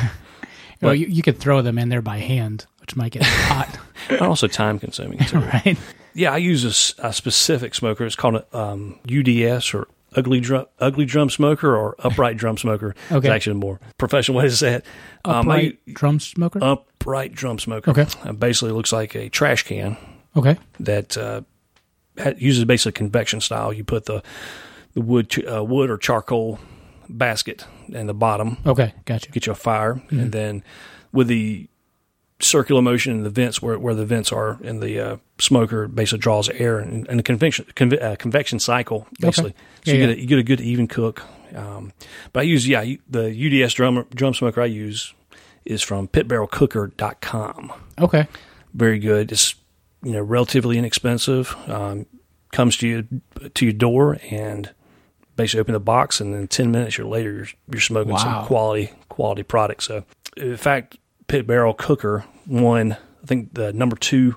Speaker 1: well, you, you could throw them in there by hand, which might get hot,
Speaker 2: and also time consuming too.
Speaker 1: right?
Speaker 2: Yeah, I use a s- a, specific smoker. It's called a um, UDS or ugly drum, ugly drum smoker or upright drum smoker.
Speaker 1: Okay.
Speaker 2: It's actually a more professional way to say it. Um, I, Um,
Speaker 1: Upright drum smoker?
Speaker 2: upright drum smoker.
Speaker 1: Okay.
Speaker 2: Uh, basically, looks like a trash can
Speaker 1: okay.
Speaker 2: that uh, ha- uses basically convection style. You put the the wood ch- uh, wood or charcoal basket in the bottom
Speaker 1: Okay. Gotcha.
Speaker 2: get you a fire,
Speaker 1: Mm-hmm.
Speaker 2: and then with the circular motion in the vents where, where the vents are in the uh, smoker basically draws air and, and the convection conve- uh, convection cycle basically so
Speaker 1: Yeah,
Speaker 2: you,
Speaker 1: yeah.
Speaker 2: get a, you get a good even cook um, but i use yeah you- the uds drum drum smoker i use is from pitbarrelcooker.com
Speaker 1: Okay.
Speaker 2: very good it's you know relatively inexpensive um, comes to you to your door and basically open the box and then 10 minutes or later you're, you're smoking
Speaker 1: Wow.
Speaker 2: some quality quality product so in fact pit barrel cooker won i think the number two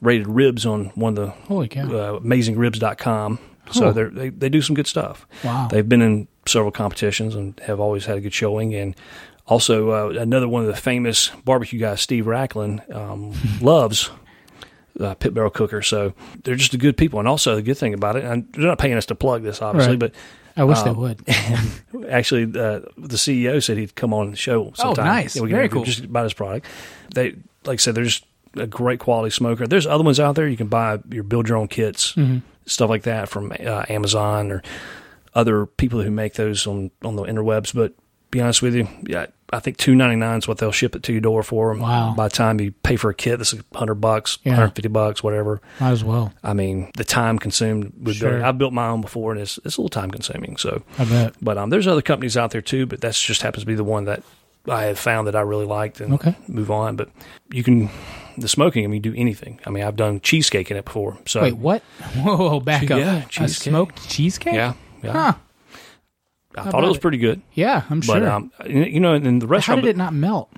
Speaker 2: rated ribs on one of the
Speaker 1: Holy cow.
Speaker 2: uh, amazingribs.com
Speaker 1: Huh.
Speaker 2: so they're, they they do some good stuff
Speaker 1: Wow.
Speaker 2: they've been in several competitions and have always had a good showing and also uh, another one of the famous barbecue guys steve racklin um, loves uh, pit barrel cooker so they're just a good people and also the good thing about it and they're not paying us to plug this obviously
Speaker 1: Right.
Speaker 2: but
Speaker 1: I wish
Speaker 2: um,
Speaker 1: they would.
Speaker 2: actually uh, the CEO said he'd come on the show sometime.
Speaker 1: Oh, nice.
Speaker 2: Yeah, we can
Speaker 1: Very
Speaker 2: interview
Speaker 1: cool.
Speaker 2: Just about his product. They like I said, they're just a great quality smoker. There's other ones out there you can buy your build your own kits,
Speaker 1: Mm-hmm.
Speaker 2: stuff like that from uh, Amazon or other people who make those on on the interwebs. But be honest with you, yeah. I think two ninety nine is what they'll ship it to your door for.
Speaker 1: Wow.
Speaker 2: By the time you pay for a kit, this is hundred bucks,
Speaker 1: Yeah.
Speaker 2: hundred fifty bucks, whatever.
Speaker 1: Might as well.
Speaker 2: I mean, the time consumed with
Speaker 1: Sure.
Speaker 2: building. I built my own before, and it's it's a little time consuming. So
Speaker 1: I bet.
Speaker 2: but um, there's other companies out there too, but that's just happens to be the one that I have found that I really liked and
Speaker 1: Okay.
Speaker 2: move on. But you can the smoking. I mean, you do anything. I mean, I've done cheesecake in it before. So
Speaker 1: Wait, what? Whoa, back up.
Speaker 2: yeah,
Speaker 1: A
Speaker 2: cheesecake.
Speaker 1: smoked cheesecake?
Speaker 2: Yeah,
Speaker 1: Huh.
Speaker 2: yeah. I thought it was pretty good.
Speaker 1: Yeah, I'm
Speaker 2: But
Speaker 1: sure.
Speaker 2: um, you know, in the
Speaker 1: How
Speaker 2: restaurant
Speaker 1: did it not melt?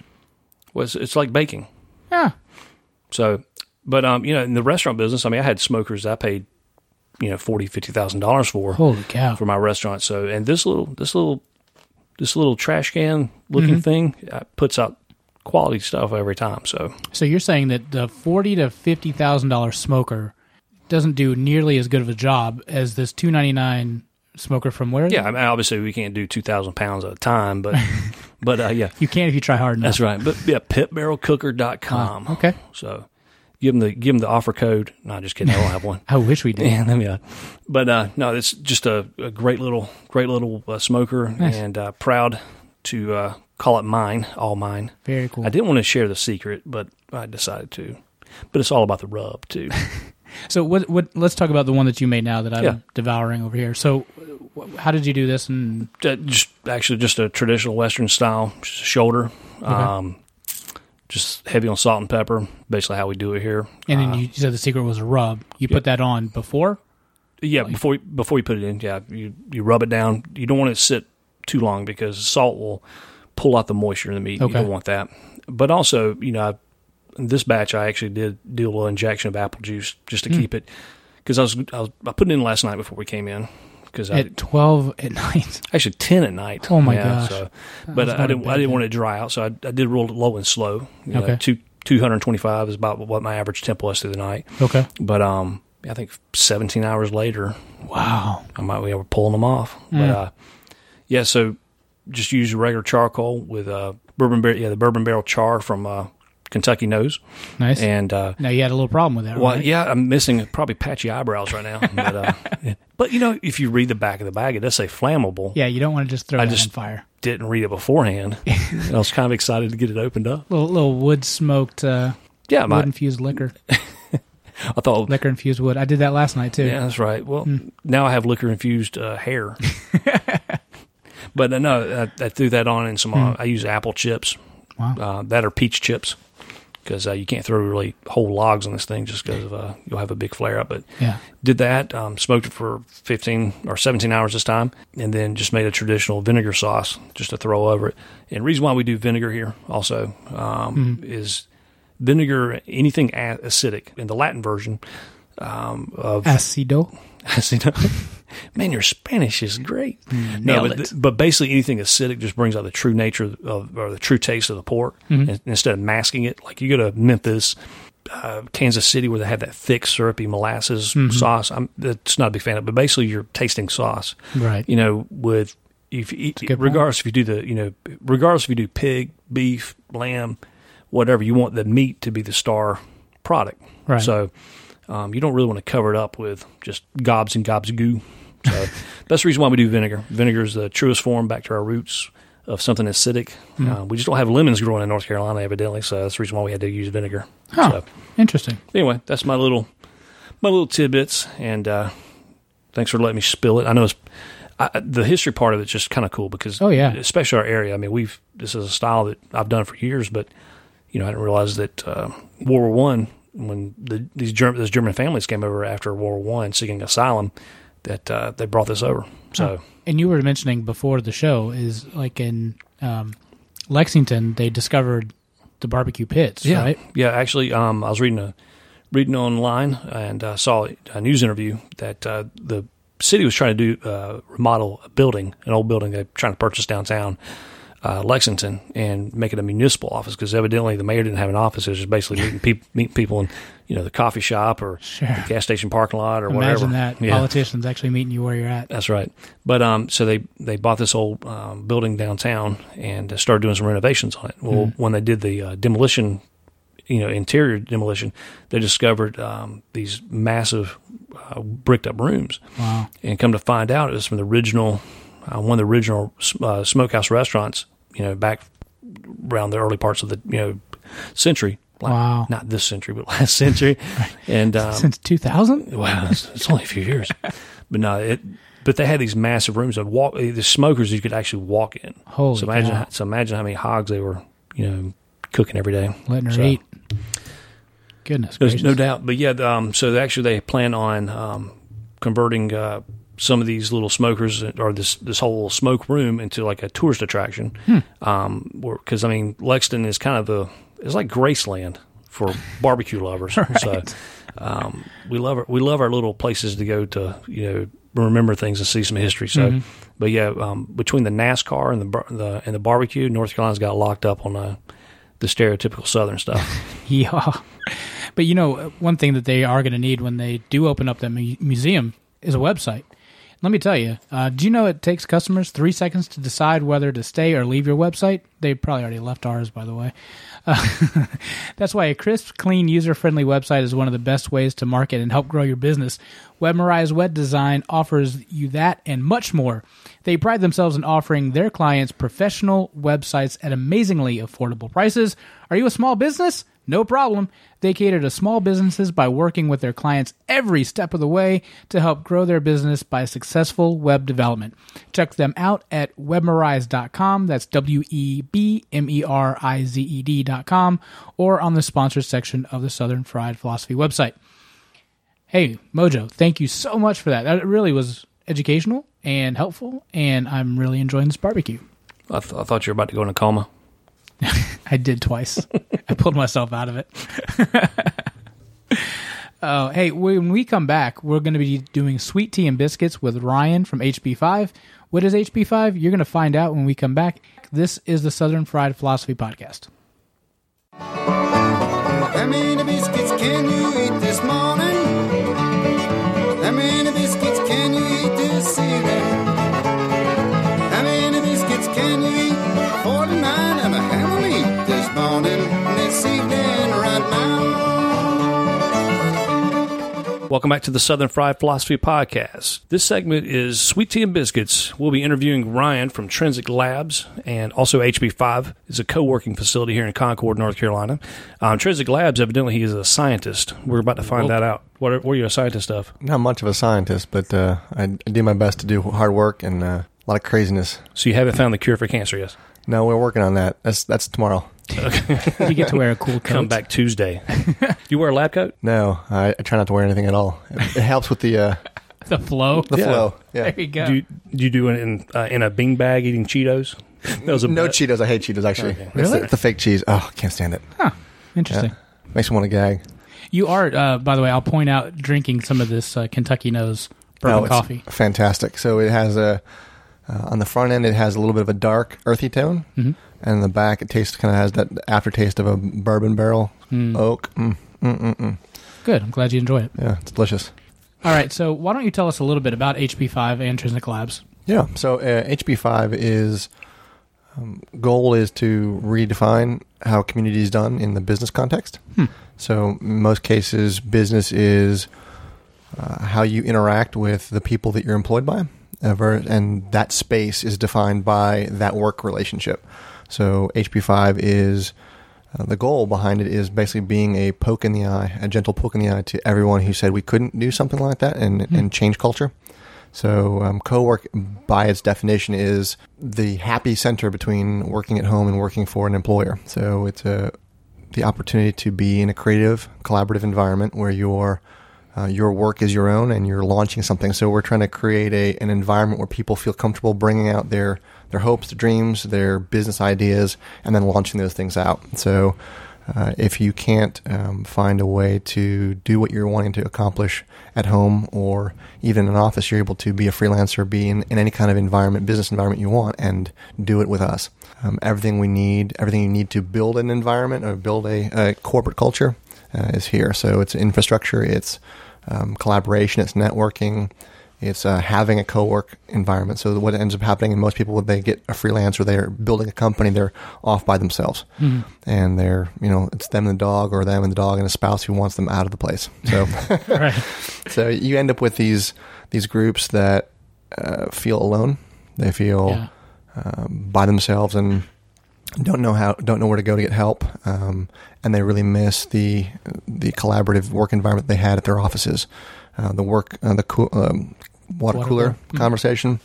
Speaker 2: was it's like baking.
Speaker 1: Yeah.
Speaker 2: So, but um, you know, in the restaurant business, I mean, I had smokers I paid you know forty fifty thousand dollars for.
Speaker 1: Holy cow.
Speaker 2: for my restaurant. So, and this little, this little, this little trash can
Speaker 1: Mm-hmm.
Speaker 2: looking thing uh, puts out quality stuff every time. So,
Speaker 1: So you're saying that the forty to fifty thousand dollar smoker doesn't do nearly as good of a job as this two ninety nine smoker from where?
Speaker 2: yeah, I mean, obviously we can't do two thousand pounds at a time, but, but uh, yeah,
Speaker 1: you can if you try hard enough.
Speaker 2: that's right. But yeah, pitbarrelcooker.com.
Speaker 1: Okay,
Speaker 2: So, give them the give them the offer code. No, just kidding. I don't have one.
Speaker 1: I wish we did.
Speaker 2: Yeah, let me out. But uh, no, it's just a, a great little, great little uh, smoker, and uh, proud to uh, call it mine, all mine.
Speaker 1: Very cool.
Speaker 2: I didn't want to share the secret, but I decided to. But it's all about the rub too.
Speaker 1: So what? What? Let's talk about the one that you made now that I'm
Speaker 2: Yeah.
Speaker 1: devouring over here. So, wh- how did you do this? And
Speaker 2: Uh, just actually, just a traditional Western style just a shoulder, um, just heavy on salt and pepper. Basically, how we do it here.
Speaker 1: and then you said the secret was a rub. You put that on before.
Speaker 2: Yeah, before before you put it in, yeah, you you rub it down. You don't want it to sit too long because salt will pull out the moisture in the meat.
Speaker 1: Okay.
Speaker 2: You don't want that. But also, you know, I, in this batch I actually did do a little injection of apple juice just to keep it because I was, I was I put it in last night before we came in because I
Speaker 1: at twelve at night.
Speaker 2: actually ten at night.
Speaker 1: Oh, my
Speaker 2: yeah,
Speaker 1: gosh.
Speaker 2: So, but
Speaker 1: was
Speaker 2: I
Speaker 1: going
Speaker 2: didn't
Speaker 1: to
Speaker 2: I
Speaker 1: bed
Speaker 2: didn't
Speaker 1: then.
Speaker 2: want it to dry out, so I, I did roll it low and slow. You know,
Speaker 1: Okay.
Speaker 2: two two hundred twenty five is about what my average temp was through the night.
Speaker 1: Okay.
Speaker 2: But um, I think seventeen hours later,
Speaker 1: Wow.
Speaker 2: I might we were pulling them off.
Speaker 1: Mm.
Speaker 2: But uh, yeah, so just use regular charcoal with uh bourbon bar- yeah the bourbon barrel char from uh, Kentucky Nose
Speaker 1: Nice.
Speaker 2: and uh,
Speaker 1: now you had a little problem with that,
Speaker 2: well,
Speaker 1: right?
Speaker 2: yeah, I'm missing probably patchy eyebrows right now. But, uh, yeah. but you know, if you read the back of the bag, it does say flammable.
Speaker 1: Yeah, you don't want to just throw
Speaker 2: I
Speaker 1: that
Speaker 2: just-
Speaker 1: on fire.
Speaker 2: Didn't read it beforehand. I was kind of excited to get it opened up.
Speaker 1: Little little wood smoked, uh,
Speaker 2: Yeah,
Speaker 1: wood
Speaker 2: my,
Speaker 1: infused liquor,
Speaker 2: I thought.
Speaker 1: liquor infused wood. I did that last night too. Hmm.
Speaker 2: Yeah, that's right. Well, now I have liquor infused uh, hair. but uh, no, I, I threw that on in some. Uh, I use apple chips.
Speaker 1: Hmm. Wow.
Speaker 2: Uh, that are peach chips because uh, you can't throw really whole logs on this thing just because uh, you'll have a big flare up. But
Speaker 1: Yeah.
Speaker 2: did that, um, smoked it for 15 or 17 hours this time, and then just made a traditional vinegar sauce just to throw over it. And the reason why we do vinegar here also um,
Speaker 1: Hmm.
Speaker 2: is vinegar, anything a- acidic in the Latin version.
Speaker 1: Acido.
Speaker 2: I said, Man, your Spanish is great. Mm-hmm. no,
Speaker 1: nailed
Speaker 2: but,
Speaker 1: it.
Speaker 2: th- but basically anything acidic just brings out the true nature of or the true taste of the pork in- instead of masking it. Like you go to Memphis, uh, Kansas City, where they have that thick syrupy molasses sauce. I'm that's not a big fan of, but basically you're tasting sauce,
Speaker 1: Right.
Speaker 2: You know, with if you eat,
Speaker 1: good point.
Speaker 2: regardless if you do the you know regardless if you do pig, beef, lamb, whatever, you want the meat to be the star product,
Speaker 1: Right.
Speaker 2: So um, you don't really want to cover it up with just gobs and gobs of goo. So that's the reason why we do vinegar. Vinegar is the truest form back to our roots of something acidic.
Speaker 1: Hmm.
Speaker 2: Uh, we just don't have lemons growing in North Carolina, evidently. So that's the reason why we had to use vinegar.
Speaker 1: Huh.
Speaker 2: So
Speaker 1: Interesting.
Speaker 2: anyway, that's my little my little tidbits, and uh, thanks for letting me spill it. I know it's I, I- the history part of it's just kind of cool because
Speaker 1: Oh, yeah.
Speaker 2: especially our area. I mean, we've this is a style that I've done for years, but you know, I didn't realize that uh, World War One when the, these German those German families came over after World War One seeking asylum that uh, they brought this over. So
Speaker 1: And you were mentioning before the show is like in um, Lexington they discovered the barbecue pits,
Speaker 2: yeah,
Speaker 1: right?
Speaker 2: yeah. Actually, um, I was reading a reading online and I saw a news interview that uh, the city was trying to do uh, remodel a building, an old building they're trying to purchase downtown uh, Lexington and make it a municipal office because evidently the mayor didn't have an office. It was just basically meeting, peop meeting people in you know the coffee shop or the gas station parking lot or whatever.
Speaker 1: Imagine that
Speaker 2: Yeah.
Speaker 1: politicians actually meeting you where you're at.
Speaker 2: That's right. But um, so they they bought this old um, building downtown and started doing some renovations on it. Well,
Speaker 1: Mm-hmm.
Speaker 2: when they did the uh, demolition, you know, interior demolition, they discovered um, these massive uh, bricked up rooms.
Speaker 1: Wow.
Speaker 2: And come to find out, it was from the original uh, one of the original uh, smokehouse restaurants. You know, back around the early parts of the you know century. Like,
Speaker 1: Wow.
Speaker 2: Not this century, but last century. And um,
Speaker 1: Since 2000?
Speaker 2: Wow, it's, it's only a few years, but no, it. But they had these massive rooms and walk. eh, The smokers you could actually walk in.
Speaker 1: Holy
Speaker 2: so imagine,
Speaker 1: cow.
Speaker 2: so imagine how many hogs they were, you know, cooking every day.
Speaker 1: Letting her
Speaker 2: So,
Speaker 1: eat. Goodness
Speaker 2: There's
Speaker 1: gracious.
Speaker 2: no doubt, but yeah. Um, so they actually, they plan on um, converting uh, some of these little smokers or this this whole smoke room into like a tourist attraction. Um, because I mean, Lexington is kind of the it's like Graceland for barbecue lovers. So um, we love our, we love our little places to go to you know remember things and see some history. So, but yeah, um, between the NASCAR and the, bar- the and the barbecue, North Carolina's got locked up on uh, the stereotypical Southern stuff.
Speaker 1: Yeah. But you know, one thing that they are going to need when they do open up that mu- museum is a website. Let me tell you, uh, do you know it takes customers three seconds to decide whether to stay or leave your website? They probably already left ours, by the way. Uh, that's why a crisp, clean, user friendly website is one of the best ways to market and help grow your business. Webmerize Web Design offers you that and much more. They pride themselves in offering their clients professional websites at amazingly affordable prices. Are you a small business? No problem. They cater to small businesses by working with their clients every step of the way to help grow their business by successful web development. Check them out at webmerize.com. That's W E B M E R I Z E D.com or on the sponsors section of the Southern Fried Philosophy website. hey, Mojo, thank you so much for that. That really was educational and helpful, and I'm really enjoying this barbecue.
Speaker 2: I, th- I thought you were about to go in a coma.
Speaker 1: I did twice. I pulled myself out of it. Oh, hey, when we come back, we're going to be doing sweet tea and biscuits with Ryan from HB5. What is HB5? You're going to find out when we come back. This is the Southern Fried Philosophy Podcast.
Speaker 7: How many biscuits can you eat this morning? How many biscuits can you eat this evening? How many biscuits can you eat? 49 and a half will eat this morning, this evening, right now.
Speaker 2: Welcome back to the Southern Fried Philosophy Podcast. This segment is Sweet Tea and Biscuits. We'll be interviewing Ryan from Trensic Labs and also HB5. It's a co working facility here in Concord, North Carolina. Um, Trensic Labs, evidently, he is a scientist. We're about to find that out. What are, what are you a scientist of?
Speaker 8: Not much of a scientist, but uh, I, I do my best to do hard work and uh, a lot of craziness.
Speaker 2: So you haven't found the cure for cancer yet?
Speaker 8: No, we're working on that. That's that's tomorrow.
Speaker 1: You get to wear a cool coat.
Speaker 2: Come back Tuesday. you wear a lab coat?
Speaker 8: No, I, I try not to wear anything at all. It, it helps with the uh,
Speaker 1: The flow.
Speaker 8: the flow. Yeah.
Speaker 1: There you go.
Speaker 2: Do you, do you do it in, uh, in a bean bag eating Cheetos? That was a
Speaker 8: No
Speaker 2: bet.
Speaker 8: Cheetos. I hate Cheetos. Actually, It's
Speaker 1: Really?
Speaker 8: the, the fake cheese. Oh, can't stand it.
Speaker 1: Interesting.
Speaker 8: Makes me want to gag.
Speaker 1: You are, uh, by the way, I'll point out drinking some of this uh, Kentucky Nose
Speaker 8: No,
Speaker 1: bourbon
Speaker 8: it's
Speaker 1: coffee.
Speaker 8: Fantastic. So it has a uh, on the front end, it has a little bit of a dark, earthy tone, mm-hmm. and in the back, it tastes kind of has that aftertaste of a bourbon barrel oak. Mm,
Speaker 1: Good. I'm glad you enjoy it.
Speaker 8: yeah, it's delicious.
Speaker 1: All right. So, why don't you tell us a little bit about HP5 and Trinsic Labs?
Speaker 8: Yeah. So uh, HB5 is um, goal is to redefine how community is done in the business context. So in most cases, business is uh, how you interact with the people that you're employed by, uh, ver- and that space is defined by that work relationship. So HB5 is. Uh, the goal behind it is basically being a poke in the eye, a gentle poke in the eye to everyone who said we couldn't do something like that and, and change culture. So, um, co-work by its definition is the happy center between working at home and working for an employer. So, it's a the opportunity to be in a creative, collaborative environment where your uh, your work is your own and you're launching something. So, we're trying to create a an environment where people feel comfortable bringing out their their hopes, their dreams, their business ideas, and then launching those things out. So. Uh, if you can't um, find a way to do what you're wanting to accomplish at home or even in an office, you're able to be a freelancer, be in, in any kind of environment, business environment you want, and do it with us. Um, everything we need, everything you need to build an environment or build a, a corporate culture uh, is here. So it's infrastructure, it's um, collaboration, it's networking. It's uh, having a co-work environment. So what ends up happening, and most people when they get a freelancer, they're building a company, they're off by themselves, and they're you know it's them and the dog, or them and the dog and a spouse who wants them out of the place. So,
Speaker 1: Right.
Speaker 8: so you end up with these these groups that uh, feel alone. They feel
Speaker 1: Yeah.
Speaker 8: um, by themselves and don't know how don't know where to go to get help um, and they really miss the the collaborative work environment they had at their offices uh, the work uh, the coo- um, water,
Speaker 1: Water
Speaker 8: cooler
Speaker 1: cooler. Mhm.
Speaker 8: conversation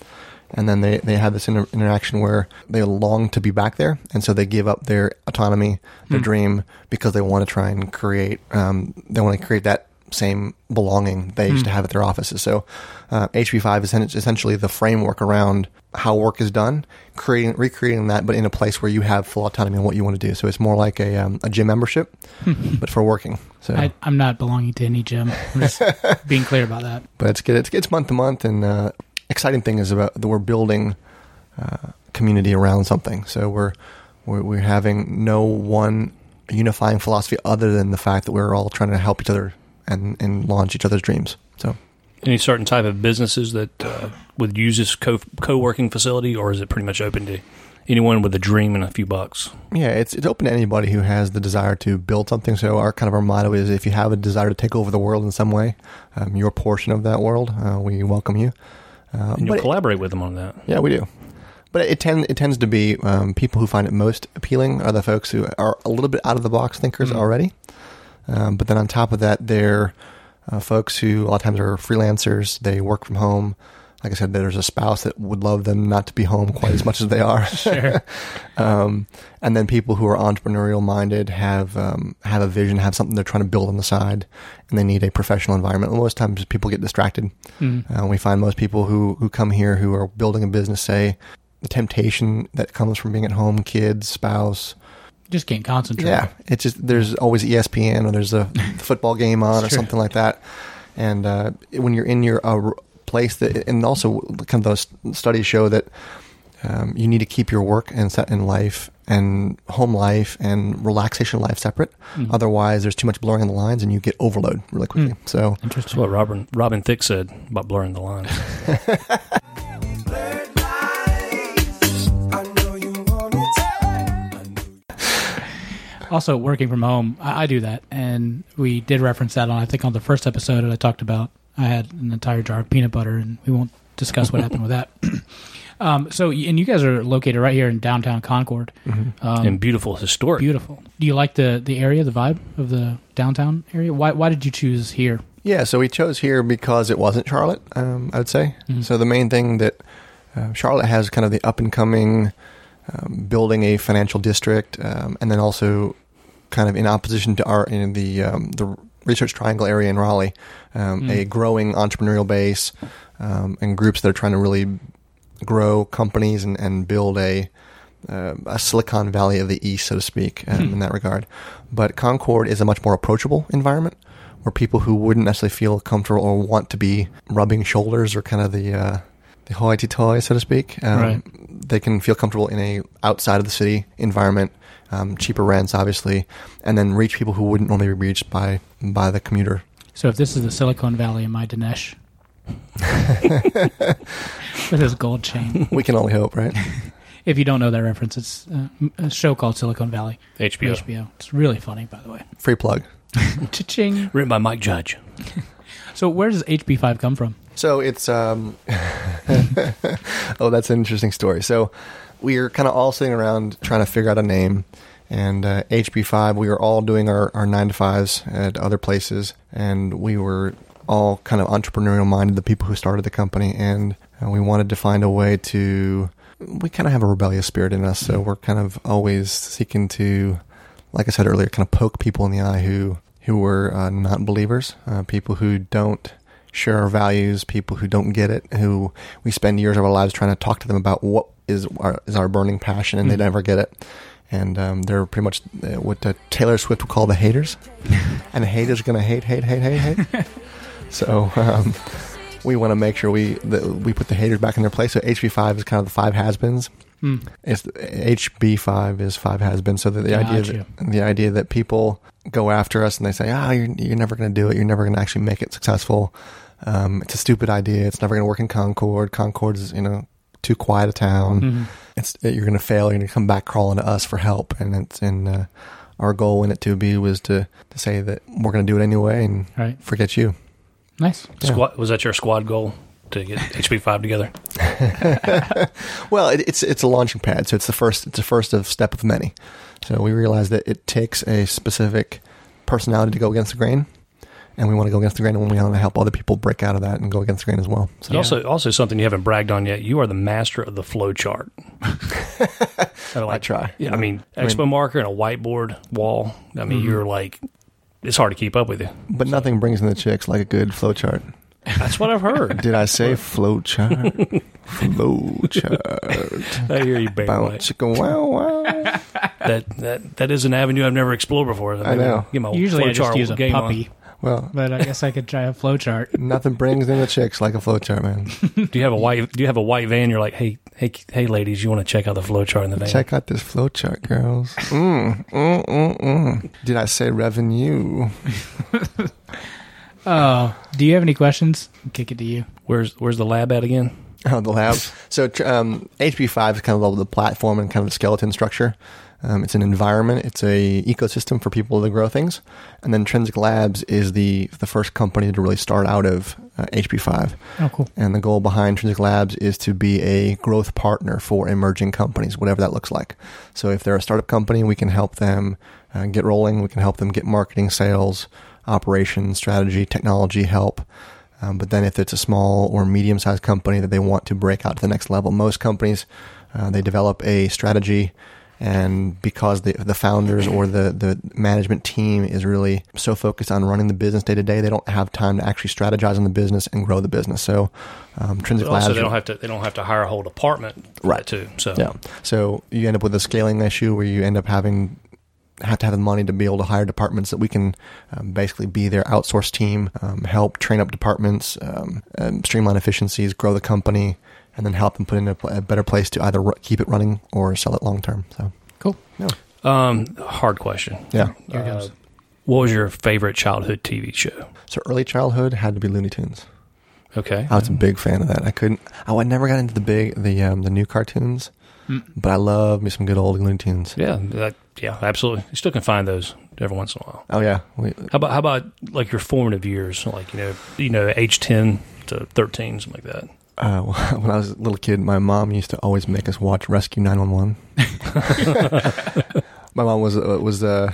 Speaker 8: and then they, they have this inter- interaction where they long to be back there and so they give up their autonomy their dream because they want to try and create um, they want to create that same belonging they used to have at their offices so uh, hb5 is en- essentially the framework around how work is done creating recreating that but in a place where you have full autonomy on what you want to do so it's more like a, um, a gym membership but for working so
Speaker 1: I, I'm not belonging to any gym. I'm just being clear about that.
Speaker 8: but it's good. It's, it's month to month, and uh, exciting thing is about that we're building uh, community around something. So we're, we're we're having no one unifying philosophy other than the fact that we're all trying to help each other and and launch each other's dreams. So
Speaker 2: Any certain type of businesses that uh, would use this co working facility, or is it pretty much open to anyone with a dream and a few bucks?
Speaker 8: yeah, it's it's open to anybody who has the desire to build something. So our kind of our motto is if you have a desire to take over the world in some way, um, your portion of that world, uh, we welcome you. Uh,
Speaker 2: And you'll
Speaker 8: but it-
Speaker 2: collaborate with them on that.
Speaker 8: Yeah, we do. But it, tend, it tends to be um, people who find it most appealing are the folks who are a little bit out of the box thinkers
Speaker 2: Mm-hmm.
Speaker 8: already. Um, but then on top of that, they're uh, folks who a lot of times are freelancers. They work from home. Like like I said, there's a spouse that would love them not to be home quite as much as they are. Sure. um, and then people who are entrepreneurial minded have um, have a vision, have something they're trying to build on the side, and they need a professional environment. And most times, people get distracted. Uh, we find most people who who come here who are building a business, say, the temptation that comes from being at home, kids, spouse.
Speaker 1: Just can't concentrate.
Speaker 8: Yeah, it's just there's always E ESPN or there's a football game on or
Speaker 1: Sure.
Speaker 8: something like that. And uh, when you're in your uh, r- place that, and also kind of those studies show that um, you need to keep your work and set in life and home life and relaxation life separate. Otherwise, there's too much blurring of the lines and you get overload really quickly. So
Speaker 2: That's what Robin Robin Thicke said about blurring the lines.
Speaker 1: Also, working from home, I, I do that, and we did reference that on I think on the first episode that I talked about. I had an entire jar of peanut butter, and we won't discuss what happened with that. um, so, y- and you guys are located right here in downtown Concord.
Speaker 8: Mm-hmm.
Speaker 1: Um,
Speaker 2: and beautiful historic.
Speaker 1: beautiful. Do you like the the area, the vibe of the downtown area? Why why did you choose here?
Speaker 8: Yeah, so we chose here because it wasn't Charlotte, um, I would say. So the main thing that uh, Charlotte has kind of the up and coming um, building a financial district, um, and then also kind of in opposition to our in the um, the Research Triangle area in Raleigh, um, a growing entrepreneurial base um, and groups that are trying to really grow companies and, and build a uh, a Silicon Valley of the East, so to speak, um, in that regard. But Concord is a much more approachable environment where people who wouldn't necessarily feel comfortable or want to be rubbing shoulders or kind of the uh, the hoity-toity, so to speak, um,
Speaker 1: Right.
Speaker 8: they can feel comfortable in a outside of the city environment, um, cheaper rents, obviously, and then reach people who wouldn't normally be reached by by the commuter.
Speaker 1: So, if this is the Silicon Valley, am I Dinesh? With his gold chain.
Speaker 8: We can only hope, right?
Speaker 1: If you don't know that reference, it's uh, a show called Silicon Valley.
Speaker 2: HBO.
Speaker 1: HBO. It's really funny, by the way.
Speaker 8: Free plug.
Speaker 1: Cha-ching.
Speaker 2: Written by Mike Judge.
Speaker 1: So where does HB5 come from?
Speaker 8: So it's um, oh, that's an interesting story. So we are kind of all sitting around trying to figure out a name, and uh, HB5. We were all doing our, our nine to fives at other places, and we were all kind of entrepreneurial minded, the people who started the company, and uh, we wanted to find a way to. We kind of have a rebellious spirit in us, so we're kind of always seeking to like I said earlier, kind of poke people in the eye who who were uh, not believers, uh, people who don't share our values, people who don't get it, who we spend years of our lives trying to talk to them about what is our, is our burning passion, and they never get it. And um, they're pretty much uh, what uh, Taylor Swift would call the haters, and haters gonna hate, hate, hate, hate, hate. so. Um, we want to make sure we that we put the haters back in their place. So HB five is kind of the five has-beens. It's HB five is five has-beens. So that the idea
Speaker 1: Gotcha.
Speaker 8: that, the idea that people go after us and they say, "Ah, you're, you're never going to do it. You're never going to actually make it successful. Um, it's a stupid idea. It's never going to work in Concord. Concord's you know too quiet a town. It's you're going to fail. You're going to come back crawling to us for help." And it's and uh, our goal in it to be was to to say that we're going to do it anyway and
Speaker 1: Right.
Speaker 8: forget you.
Speaker 1: Nice.
Speaker 2: Squad, was that your squad goal to get HB five together?
Speaker 8: Well, it, it's it's a launching pad, so it's the first it's the first of step of many. So we realize that it takes a specific personality to go against the grain, and we want to go against the grain, and we want to help other people break out of that and go against the grain as well. So
Speaker 2: And Also, also something you haven't bragged on yet. You are the master of the flow chart. I, like,
Speaker 8: try.
Speaker 2: Yeah, I mean, Mm-hmm. expo marker and a whiteboard wall. I mean, you're like, it's hard to keep up with you.
Speaker 8: but nothing brings in the chicks like a good flow chart.
Speaker 2: That's what I've heard.
Speaker 8: Did I say flow chart? flow chart.
Speaker 2: I hear you, Barry.
Speaker 8: Bow,
Speaker 2: White.
Speaker 8: chicka, wow, wow.
Speaker 2: That that that is an avenue I've never explored before.
Speaker 8: I know.
Speaker 2: Get my
Speaker 1: Usually
Speaker 2: flow
Speaker 1: I just
Speaker 2: chart
Speaker 1: use a
Speaker 2: game
Speaker 1: puppy,
Speaker 8: Well,
Speaker 1: but I guess I could try a flowchart.
Speaker 8: nothing brings in the chicks like a flow chart, man.
Speaker 2: On. Do you have a white? Do you have a white van? You're like, hey, hey, hey, ladies, you want to check out the flow chart in the van?
Speaker 8: Check out this flow chart, girls. Mm, mm, mm, mm. Did I say revenue?
Speaker 1: Oh, do you have any questions? Kick it to you.
Speaker 2: Where's Where's the lab at again?
Speaker 8: Oh, the labs. So tr- um, HP5 is kind of the- the platform and kind of the skeleton structure. Um, it's an environment. It's a ecosystem for people to grow things. And then Intrinsic Labs is the the first company to really start out of uh, HP5.
Speaker 1: Oh, cool.
Speaker 8: And the goal behind Intrinsic Labs is to be a growth partner for emerging companies, whatever that looks like. So if they're a startup company, we can help them uh, get rolling. We can help them get marketing, sales, operations, strategy, technology help. Um, but then if it's a small or medium sized company that they want to break out to the next level, most companies uh, they develop a strategy. And because the the founders or the, the management team is really so focused on running the business day to day, they don't have time to actually strategize on the business and grow the business. So, um, Trinsic
Speaker 2: But also,
Speaker 8: Labs
Speaker 2: they don't have to they don't have to hire a whole department for
Speaker 8: Right.
Speaker 2: that too. So
Speaker 8: yeah. So you end up with a scaling issue where you end up having have to have the money to be able to hire departments that we can um, basically be their outsourced team, um, help train up departments, um, um, streamline efficiencies, grow the company, and then help them put in a, pl- a better place to either ru- keep it running or sell it long term. So
Speaker 1: Cool.
Speaker 8: no,
Speaker 2: um, hard question. Uh,
Speaker 8: yeah.
Speaker 1: Here it goes.
Speaker 2: What was your favorite childhood TV show?
Speaker 8: So early childhood had to be Looney Tunes.
Speaker 2: Okay,
Speaker 8: I was a big fan of that. I couldn't. Oh, I never got into the big the um, the new cartoons, but I love me some good old Looney Tunes.
Speaker 2: yeah, that, yeah, absolutely. You still can find those every once in a while.
Speaker 8: Oh yeah, we,
Speaker 2: How about how about like your formative years, like you know, you know, age ten to thirteen, something like that.
Speaker 8: Uh, when I was a little kid, my mom used to always make us watch Rescue 911. my mom was uh, was uh,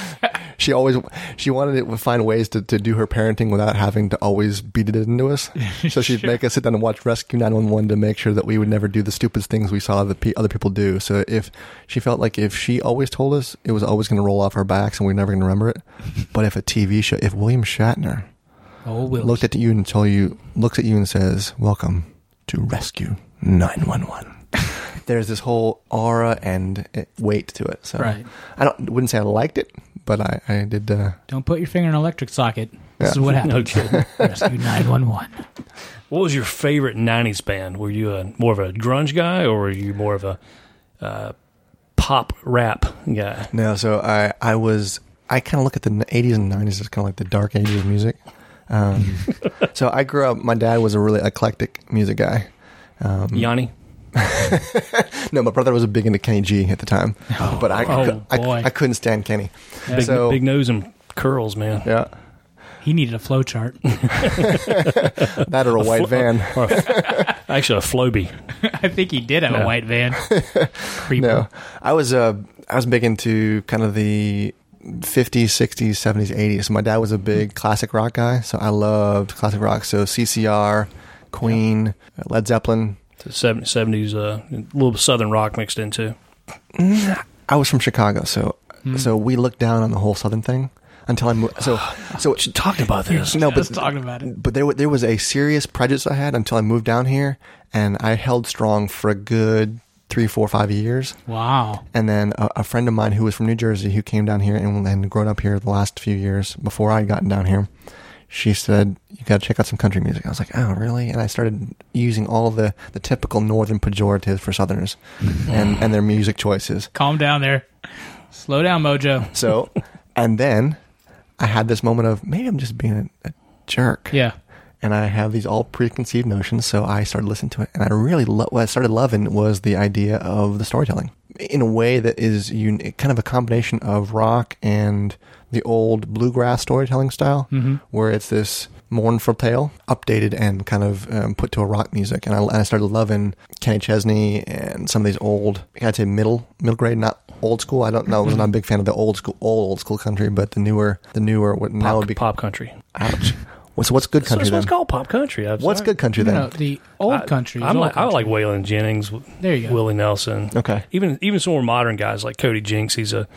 Speaker 8: she always she wanted to find ways to, to do her parenting without having to always beat it into us. So she'd make us sit down and watch Rescue 911 to make sure that we would never do the stupid things we saw that pe- other people do. So if she felt like if she always told us, it was always going to roll off our backs and we are never going to remember it. But if a TV show, if William Shatner
Speaker 1: Oh, Will.
Speaker 8: looked at you and told you looks at you and says, "Welcome to Rescue 911." There's this whole aura and uh, weight to it. So
Speaker 1: Right.
Speaker 8: I don't wouldn't say I liked it, but I I did. Uh,
Speaker 1: Don't put your finger in an electric socket. This
Speaker 8: Yeah.
Speaker 1: is what happens.
Speaker 2: Okay.
Speaker 1: Rescue 911.
Speaker 2: what was your favorite '90s band? Were you a, more of a grunge guy, or were you more of a uh, pop rap guy?
Speaker 8: no, so I I was I kind of look at the 80s and 90s as kind of like the dark ages of music. Um, so I grew up. My dad was a really eclectic music guy. Mm-hmm.
Speaker 2: Yanni.
Speaker 8: No, my brother was a big into Kenny G at the time, but I,
Speaker 1: Oh,
Speaker 8: I,
Speaker 1: boy.
Speaker 8: I, couldn't stand Kenny.
Speaker 2: Big,
Speaker 8: So-
Speaker 2: big nose and curls, man.
Speaker 8: Yeah,
Speaker 1: He needed a flow chart.
Speaker 8: that or a white van.
Speaker 2: Or a- actually, a Floby.
Speaker 1: I think he did have a
Speaker 2: Yeah.
Speaker 1: white van. Creeper.
Speaker 8: No, I was uh, I was big into kind of the 50s, 60s, 70s, 80s. So my dad was a big classic rock guy, so I loved classic rock. So CCR, Queen, Led Zeppelin.
Speaker 2: The seven- 70s, uh, a little southern rock mixed into.
Speaker 8: I was from Chicago, so so we looked down on the whole Southern thing until I moved. So so
Speaker 2: She talked about this.
Speaker 8: no,
Speaker 1: Just
Speaker 8: but
Speaker 1: talking about it.
Speaker 8: but there wa- there was a serious prejudice I had until I moved down here, and I held strong for a good three, four, five years.
Speaker 1: Wow.
Speaker 8: And then a, a friend of mine who was from New Jersey, who came down here and, and grown up here the last few years before I got down here, she said, You got to check out some country music. I was like, Oh, really? And I started using all the, the typical northern pejoratives for Southerners and, and their music choices.
Speaker 1: Calm down there. Slow down, Mojo.
Speaker 8: So, and then I had this moment of maybe I'm just being a, a jerk.
Speaker 1: Yeah.
Speaker 8: And I have these all preconceived notions, so I started listening to it, and I really lo- what I started loving was the idea of the storytelling in a way that is un- kind of a combination of rock and the old bluegrass storytelling style,
Speaker 2: Mm-hmm.
Speaker 8: where it's this mournful tale updated and kind of um, put to a rock music. And I, and I started loving Kenny Chesney and some of these old, I'd say middle middle grade, not old school. I don't know, I was not
Speaker 2: Mm-hmm.
Speaker 8: a big fan of the old school old, old school country, but the newer the newer what now would
Speaker 2: Pop,
Speaker 8: be
Speaker 2: pop country.
Speaker 8: Ouch. What's what's good
Speaker 2: So
Speaker 8: country
Speaker 2: that's
Speaker 8: then?
Speaker 2: what's called pop country. I'm
Speaker 8: What's
Speaker 2: sorry.
Speaker 8: good country
Speaker 1: No,
Speaker 8: then?
Speaker 1: no, the old country. is
Speaker 2: I'm
Speaker 1: old
Speaker 2: like, I
Speaker 1: country.
Speaker 2: like Waylon Jennings.
Speaker 1: There you go.
Speaker 2: Willie Nelson.
Speaker 8: Okay.
Speaker 2: Even even some more modern guys like Cody Jinks. He's a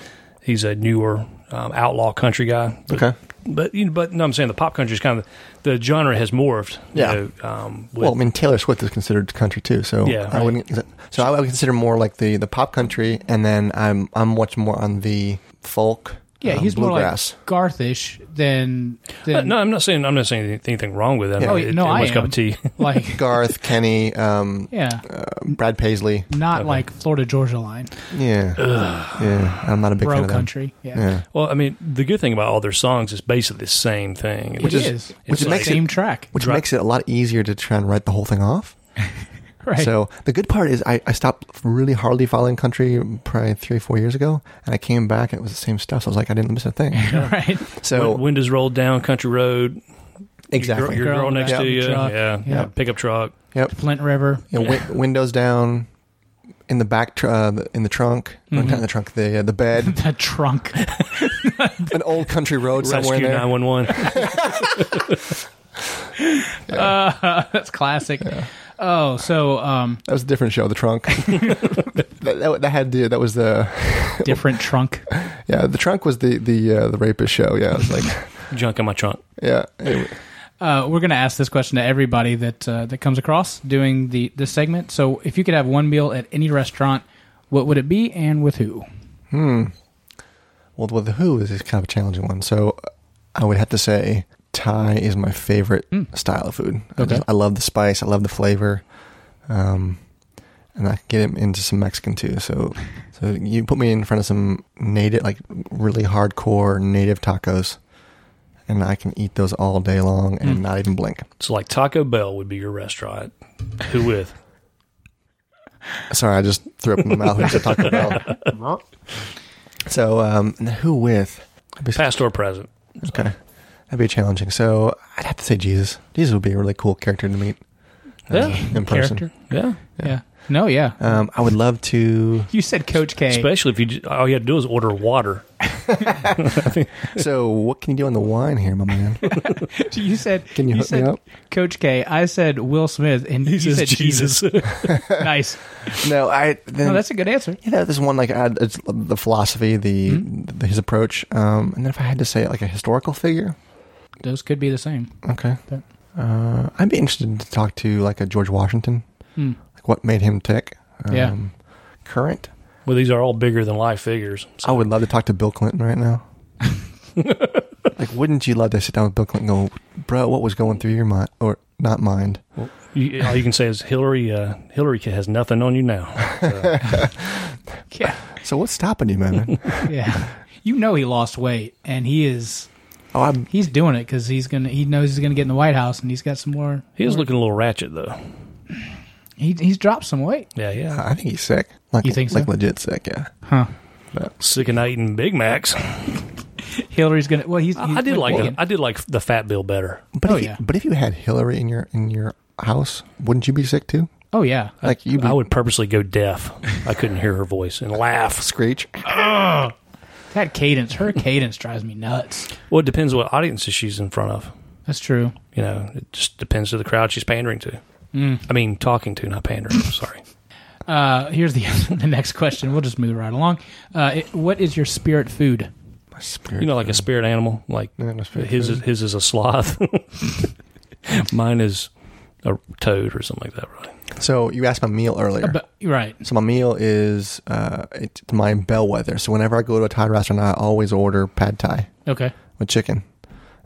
Speaker 2: he's a newer um, outlaw country guy. But,
Speaker 8: Okay.
Speaker 2: But you know, but no, I'm saying the pop country is kind of the genre has morphed. you
Speaker 8: Yeah.
Speaker 2: know, um, with-
Speaker 8: Well, I mean Taylor Swift is considered country too, so
Speaker 2: Yeah,
Speaker 8: I
Speaker 2: right.
Speaker 8: wouldn't. So I would consider more like the, the pop country, and then I'm I'm much more on the folk.
Speaker 1: Yeah,
Speaker 8: um,
Speaker 1: he's more like
Speaker 8: bluegrass.
Speaker 1: Garthish than. than
Speaker 2: no, I'm not saying I'm not saying anything- anything wrong with that.
Speaker 1: Oh,
Speaker 2: It-
Speaker 1: no,
Speaker 2: it
Speaker 1: I
Speaker 2: was
Speaker 1: am.
Speaker 2: a cup of tea.
Speaker 1: like
Speaker 8: Garth, Kenny, um,
Speaker 1: yeah,
Speaker 8: Brad Paisley.
Speaker 1: not like Florida Georgia line,
Speaker 8: Yeah, yeah. I'm not a big fan
Speaker 1: bro
Speaker 8: of them.
Speaker 1: country. Yeah,
Speaker 8: Yeah,
Speaker 2: Well, I mean, the good thing about all their songs is basically the same thing.
Speaker 1: It
Speaker 2: It's-
Speaker 1: is.
Speaker 8: which
Speaker 1: It's
Speaker 8: is-
Speaker 1: the
Speaker 8: makes it-
Speaker 1: same track,
Speaker 8: which
Speaker 2: Right.
Speaker 8: makes it a lot easier to try and write the whole thing off.
Speaker 1: right?
Speaker 8: So the good part is I, I stopped really hardly following country probably three four years ago, and I came back and it was the same stuff. So I was like, I didn't miss a thing.
Speaker 1: right.
Speaker 8: So
Speaker 2: Win- windows rolled down, country road.
Speaker 8: exactly,
Speaker 2: Your, your
Speaker 1: Girl
Speaker 2: girl
Speaker 1: in the
Speaker 2: next to
Speaker 1: pickup
Speaker 2: you.
Speaker 1: truck.
Speaker 2: Yeah,
Speaker 1: Yeah.
Speaker 2: yeah. Pickup truck.
Speaker 8: yep.
Speaker 1: Flint River.
Speaker 8: You know, win- windows down, in the back, tr- uh, the- in the trunk, or not in the trunk, the uh, the bed,
Speaker 1: The trunk.
Speaker 8: an old country road somewhere in
Speaker 2: Rescue
Speaker 8: there.
Speaker 2: nine one one.
Speaker 1: That's classic. Oh, so um,
Speaker 8: That was a different show, The Trunk. that, that, that had the that was the
Speaker 1: different trunk.
Speaker 8: yeah The Trunk was the the uh, the rapist show. Yeah, it was like
Speaker 2: Junk in my trunk.
Speaker 8: yeah. Anyway,
Speaker 1: Uh, we're going to ask this question to everybody that uh, that comes across doing the this segment. So, if you could have one meal at any restaurant, what would it be, and with who?
Speaker 8: well, with the Who is kind of a challenging one. So I would have to say Thai is my favorite style of food. I,
Speaker 1: Okay.
Speaker 8: just- I love the spice. I love the flavor. Um, and I can get him into some Mexican too. So, so you put me in front of some native, like really hardcore native tacos, and I can eat those all day long and not even blink.
Speaker 2: So like Taco Bell would be your restaurant. Who with?
Speaker 8: Sorry, I just threw up in my mouth when you said Taco Bell. so, um, and who with?
Speaker 2: Past or present?
Speaker 8: Okay. That'd be challenging. So I'd have to say Jesus. Jesus would be a really cool character to meet uh, in person.
Speaker 1: Character.
Speaker 2: Yeah.
Speaker 1: Yeah. No. Yeah.
Speaker 8: Um, I would love to.
Speaker 1: You said Coach K.
Speaker 2: Especially if you ju- all you had to do is order water.
Speaker 8: So, what can you do on the wine here, my man?
Speaker 1: you said.
Speaker 8: Can you hook me
Speaker 1: said
Speaker 8: up?
Speaker 1: Coach K. I said Will Smith, and you said Jesus. nice.
Speaker 8: No, I. Then,
Speaker 1: No, Oh, that's a good answer.
Speaker 8: You know, there's one like I, it's the philosophy, the,
Speaker 1: Hmm?
Speaker 8: the his approach, um, and then if I had to say like a historical figure,
Speaker 1: Those could be the same.
Speaker 8: okay,
Speaker 1: Okay.
Speaker 8: uh, I'd be interested to talk to like a George Washington, like what made him tick. Um,
Speaker 1: Hmm. Yeah.
Speaker 8: Current.
Speaker 2: well, these are all bigger than life figures. So
Speaker 8: I would love to talk to Bill Clinton right now. like, wouldn't you love to sit down with Bill Clinton and go, bro, what was going through your mind? Or not mind.
Speaker 2: you, all you can say is Hillary. Uh, Hillary has nothing on you now.
Speaker 1: Yeah.
Speaker 8: So what's stopping you, man?
Speaker 1: Yeah. you know he lost weight, and he is
Speaker 8: oh, I'm,
Speaker 1: he's doing it because he's gonna he knows he's gonna get in the White House, and he's got some more.
Speaker 2: He is looking a little ratchet though.
Speaker 1: He, he's dropped some weight.
Speaker 2: Yeah, yeah.
Speaker 8: I think he's sick. Like,
Speaker 1: You think so?
Speaker 8: Like legit sick, yeah.
Speaker 1: Huh.
Speaker 2: Sick of not eating Big Macs.
Speaker 1: Hillary's gonna. Well, he's.
Speaker 2: I, I did like the, I did like the fat bill better.
Speaker 8: But,
Speaker 1: Oh,
Speaker 8: if,
Speaker 1: yeah.
Speaker 8: you, but if you had Hillary in your in your house, wouldn't you be sick too?
Speaker 1: Oh yeah.
Speaker 8: Like you'd be
Speaker 2: I would purposely go deaf. I couldn't hear her voice and laugh.
Speaker 8: screech.
Speaker 1: That cadence, her cadence drives me nuts.
Speaker 2: Well, it depends what audiences she's in front of.
Speaker 1: That's true.
Speaker 2: You know, it just depends to the crowd she's pandering to. I mean, talking to, not pandering. I'm sorry.
Speaker 1: Uh, here's the the next question. We'll just move right along. Uh, it, what is your spirit food?
Speaker 8: My spirit.
Speaker 2: You know, like a spirit animal. Like
Speaker 8: Yeah, my spirit
Speaker 2: his
Speaker 8: food.
Speaker 2: is, his is a sloth. Mine is a toad or something like that, really.
Speaker 8: so you asked my meal earlier.
Speaker 1: But, right.
Speaker 8: So my meal is uh, it's my bellwether. So whenever I go to a Thai restaurant, I always order pad Thai.
Speaker 1: Okay.
Speaker 8: with chicken,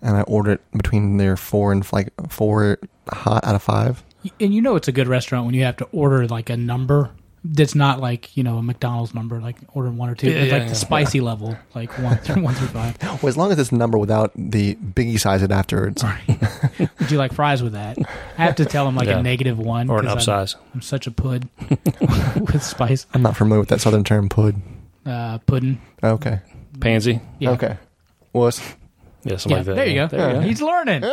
Speaker 8: and I order it between their four and like four hot out of five.
Speaker 1: And you know it's a good restaurant when you have to order like a number that's not like you know a McDonald's number, like ordering one or two.
Speaker 2: Yeah,
Speaker 1: it's
Speaker 2: yeah,
Speaker 1: like
Speaker 2: yeah.
Speaker 1: the spicy level, like one through one through five.
Speaker 8: Well, as long as it's a number without the biggie size it afterwards.
Speaker 1: Would you like fries with that? I have to tell him like
Speaker 2: Yeah.
Speaker 1: a negative one
Speaker 2: Or an
Speaker 1: 'cause I'm,
Speaker 2: upsize.
Speaker 1: I'm such a pud with spice
Speaker 8: I'm not familiar with that southern term, pud.
Speaker 1: uh, pudding.
Speaker 8: Okay.
Speaker 2: Pansy.
Speaker 1: Yeah.
Speaker 8: Okay. Well, it's,
Speaker 2: Yeah, something
Speaker 1: Yeah,
Speaker 2: like that.
Speaker 1: there you
Speaker 2: yeah.
Speaker 1: go. He's learning.
Speaker 2: We,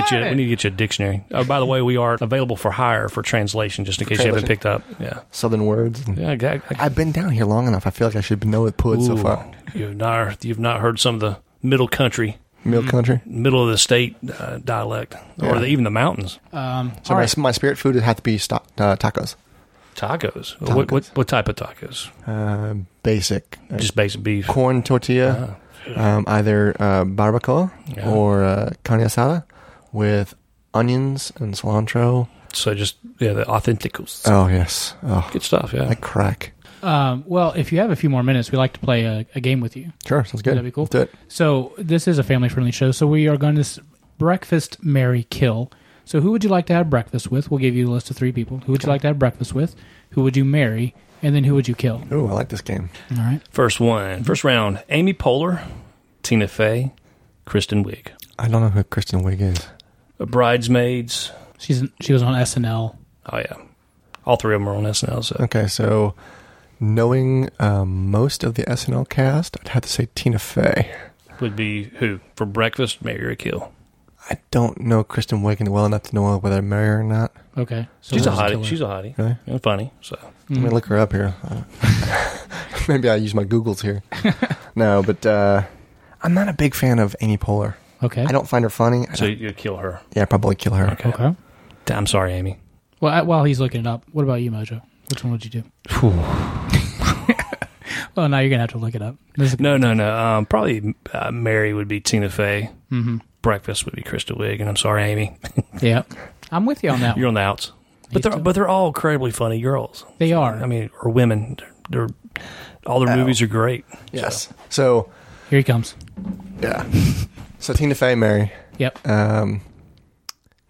Speaker 2: get you, we need to get you a dictionary. Oh, by the way, we are available for hire for translation, just in case you haven't picked up. Yeah.
Speaker 8: southern words.
Speaker 2: Yeah, I, I,
Speaker 8: I've been down here long enough. I feel like I should know it pud so
Speaker 2: Ooh,
Speaker 8: far.
Speaker 2: You've not you've not heard some of the middle country,
Speaker 8: Milk country.
Speaker 2: middle of the state uh, dialect, or
Speaker 8: Yeah.
Speaker 2: the, even the mountains
Speaker 1: Um,
Speaker 8: So
Speaker 1: all
Speaker 8: my,
Speaker 1: right.
Speaker 8: my spirit food would have to be sta uh, tacos.
Speaker 2: tacos. What, what what type of tacos?
Speaker 8: Uh, basic. Uh,
Speaker 2: Just basic beef.
Speaker 8: corn tortilla, um, either uh, barbacoa
Speaker 2: Yeah.
Speaker 8: or uh, carne asada with onions and cilantro.
Speaker 2: So just yeah, the authenticos.
Speaker 8: Oh, yes. Oh,
Speaker 2: Good stuff. Yeah.
Speaker 8: Like crack.
Speaker 1: Um, well, if you have a few more minutes, we like to play a, a game with you.
Speaker 8: Sure, sounds good.
Speaker 1: That'd be cool.
Speaker 8: Let's do it.
Speaker 1: So this is a family-friendly show. So we are going to s- breakfast, marry, kill. So who would you like to have breakfast with? We'll give you a list of three people. Who would you like to have breakfast with? Who would you marry? And then who would you kill?
Speaker 8: Ooh, I like this game.
Speaker 1: All right.
Speaker 2: First one, first round. Amy Poehler, Tina Fey, Kristen Wiig,
Speaker 8: I don't know who Kristen Wiig is.
Speaker 2: bridesmaids.
Speaker 1: She's in- she was on SNL.
Speaker 2: Oh yeah, all three of them are on SNL. So
Speaker 8: Okay, so knowing um, most of the SNL cast, I'd have to say Tina Fey.
Speaker 2: would be who for breakfast, marry or kill.
Speaker 8: I don't know Kristen Wiig well enough to know whether I marry her or not.
Speaker 1: Okay. So
Speaker 2: She's a
Speaker 1: we'll just kill
Speaker 2: hottie.
Speaker 1: her.
Speaker 2: She's a hottie.
Speaker 8: Really?
Speaker 2: And funny. So
Speaker 1: Mm.
Speaker 8: Let me look her up here. Uh, Maybe I use my Googles here. no, but uh, I'm not a big fan of Amy Poehler.
Speaker 1: Okay.
Speaker 8: I don't find her funny. I
Speaker 2: So
Speaker 8: don't-
Speaker 2: you kill her.
Speaker 8: yeah, I'd probably kill her.
Speaker 1: Okay.
Speaker 2: I'm sorry, Amy.
Speaker 1: Well, I, while he's looking it up, what about you, Mojo? Which one would you do? well, now you're gonna have to look it up. This is-
Speaker 2: No, no, no. Um, probably uh, Mary would be Tina Fey. Mm-hmm. Breakfast would be Krista Wiig, and I'm sorry, Amy,
Speaker 1: Yeah, I'm with you on that.
Speaker 2: you're
Speaker 1: one.
Speaker 2: on the outs. But they're
Speaker 1: too.
Speaker 2: but they're all incredibly funny girls.
Speaker 1: They are.
Speaker 2: I mean, or women. They're, they're- all
Speaker 1: Oh.
Speaker 2: their movies are great.
Speaker 8: Yes. So,
Speaker 1: Here he comes.
Speaker 8: yeah. so Tina Fey, Mary,
Speaker 1: Yep.
Speaker 8: um,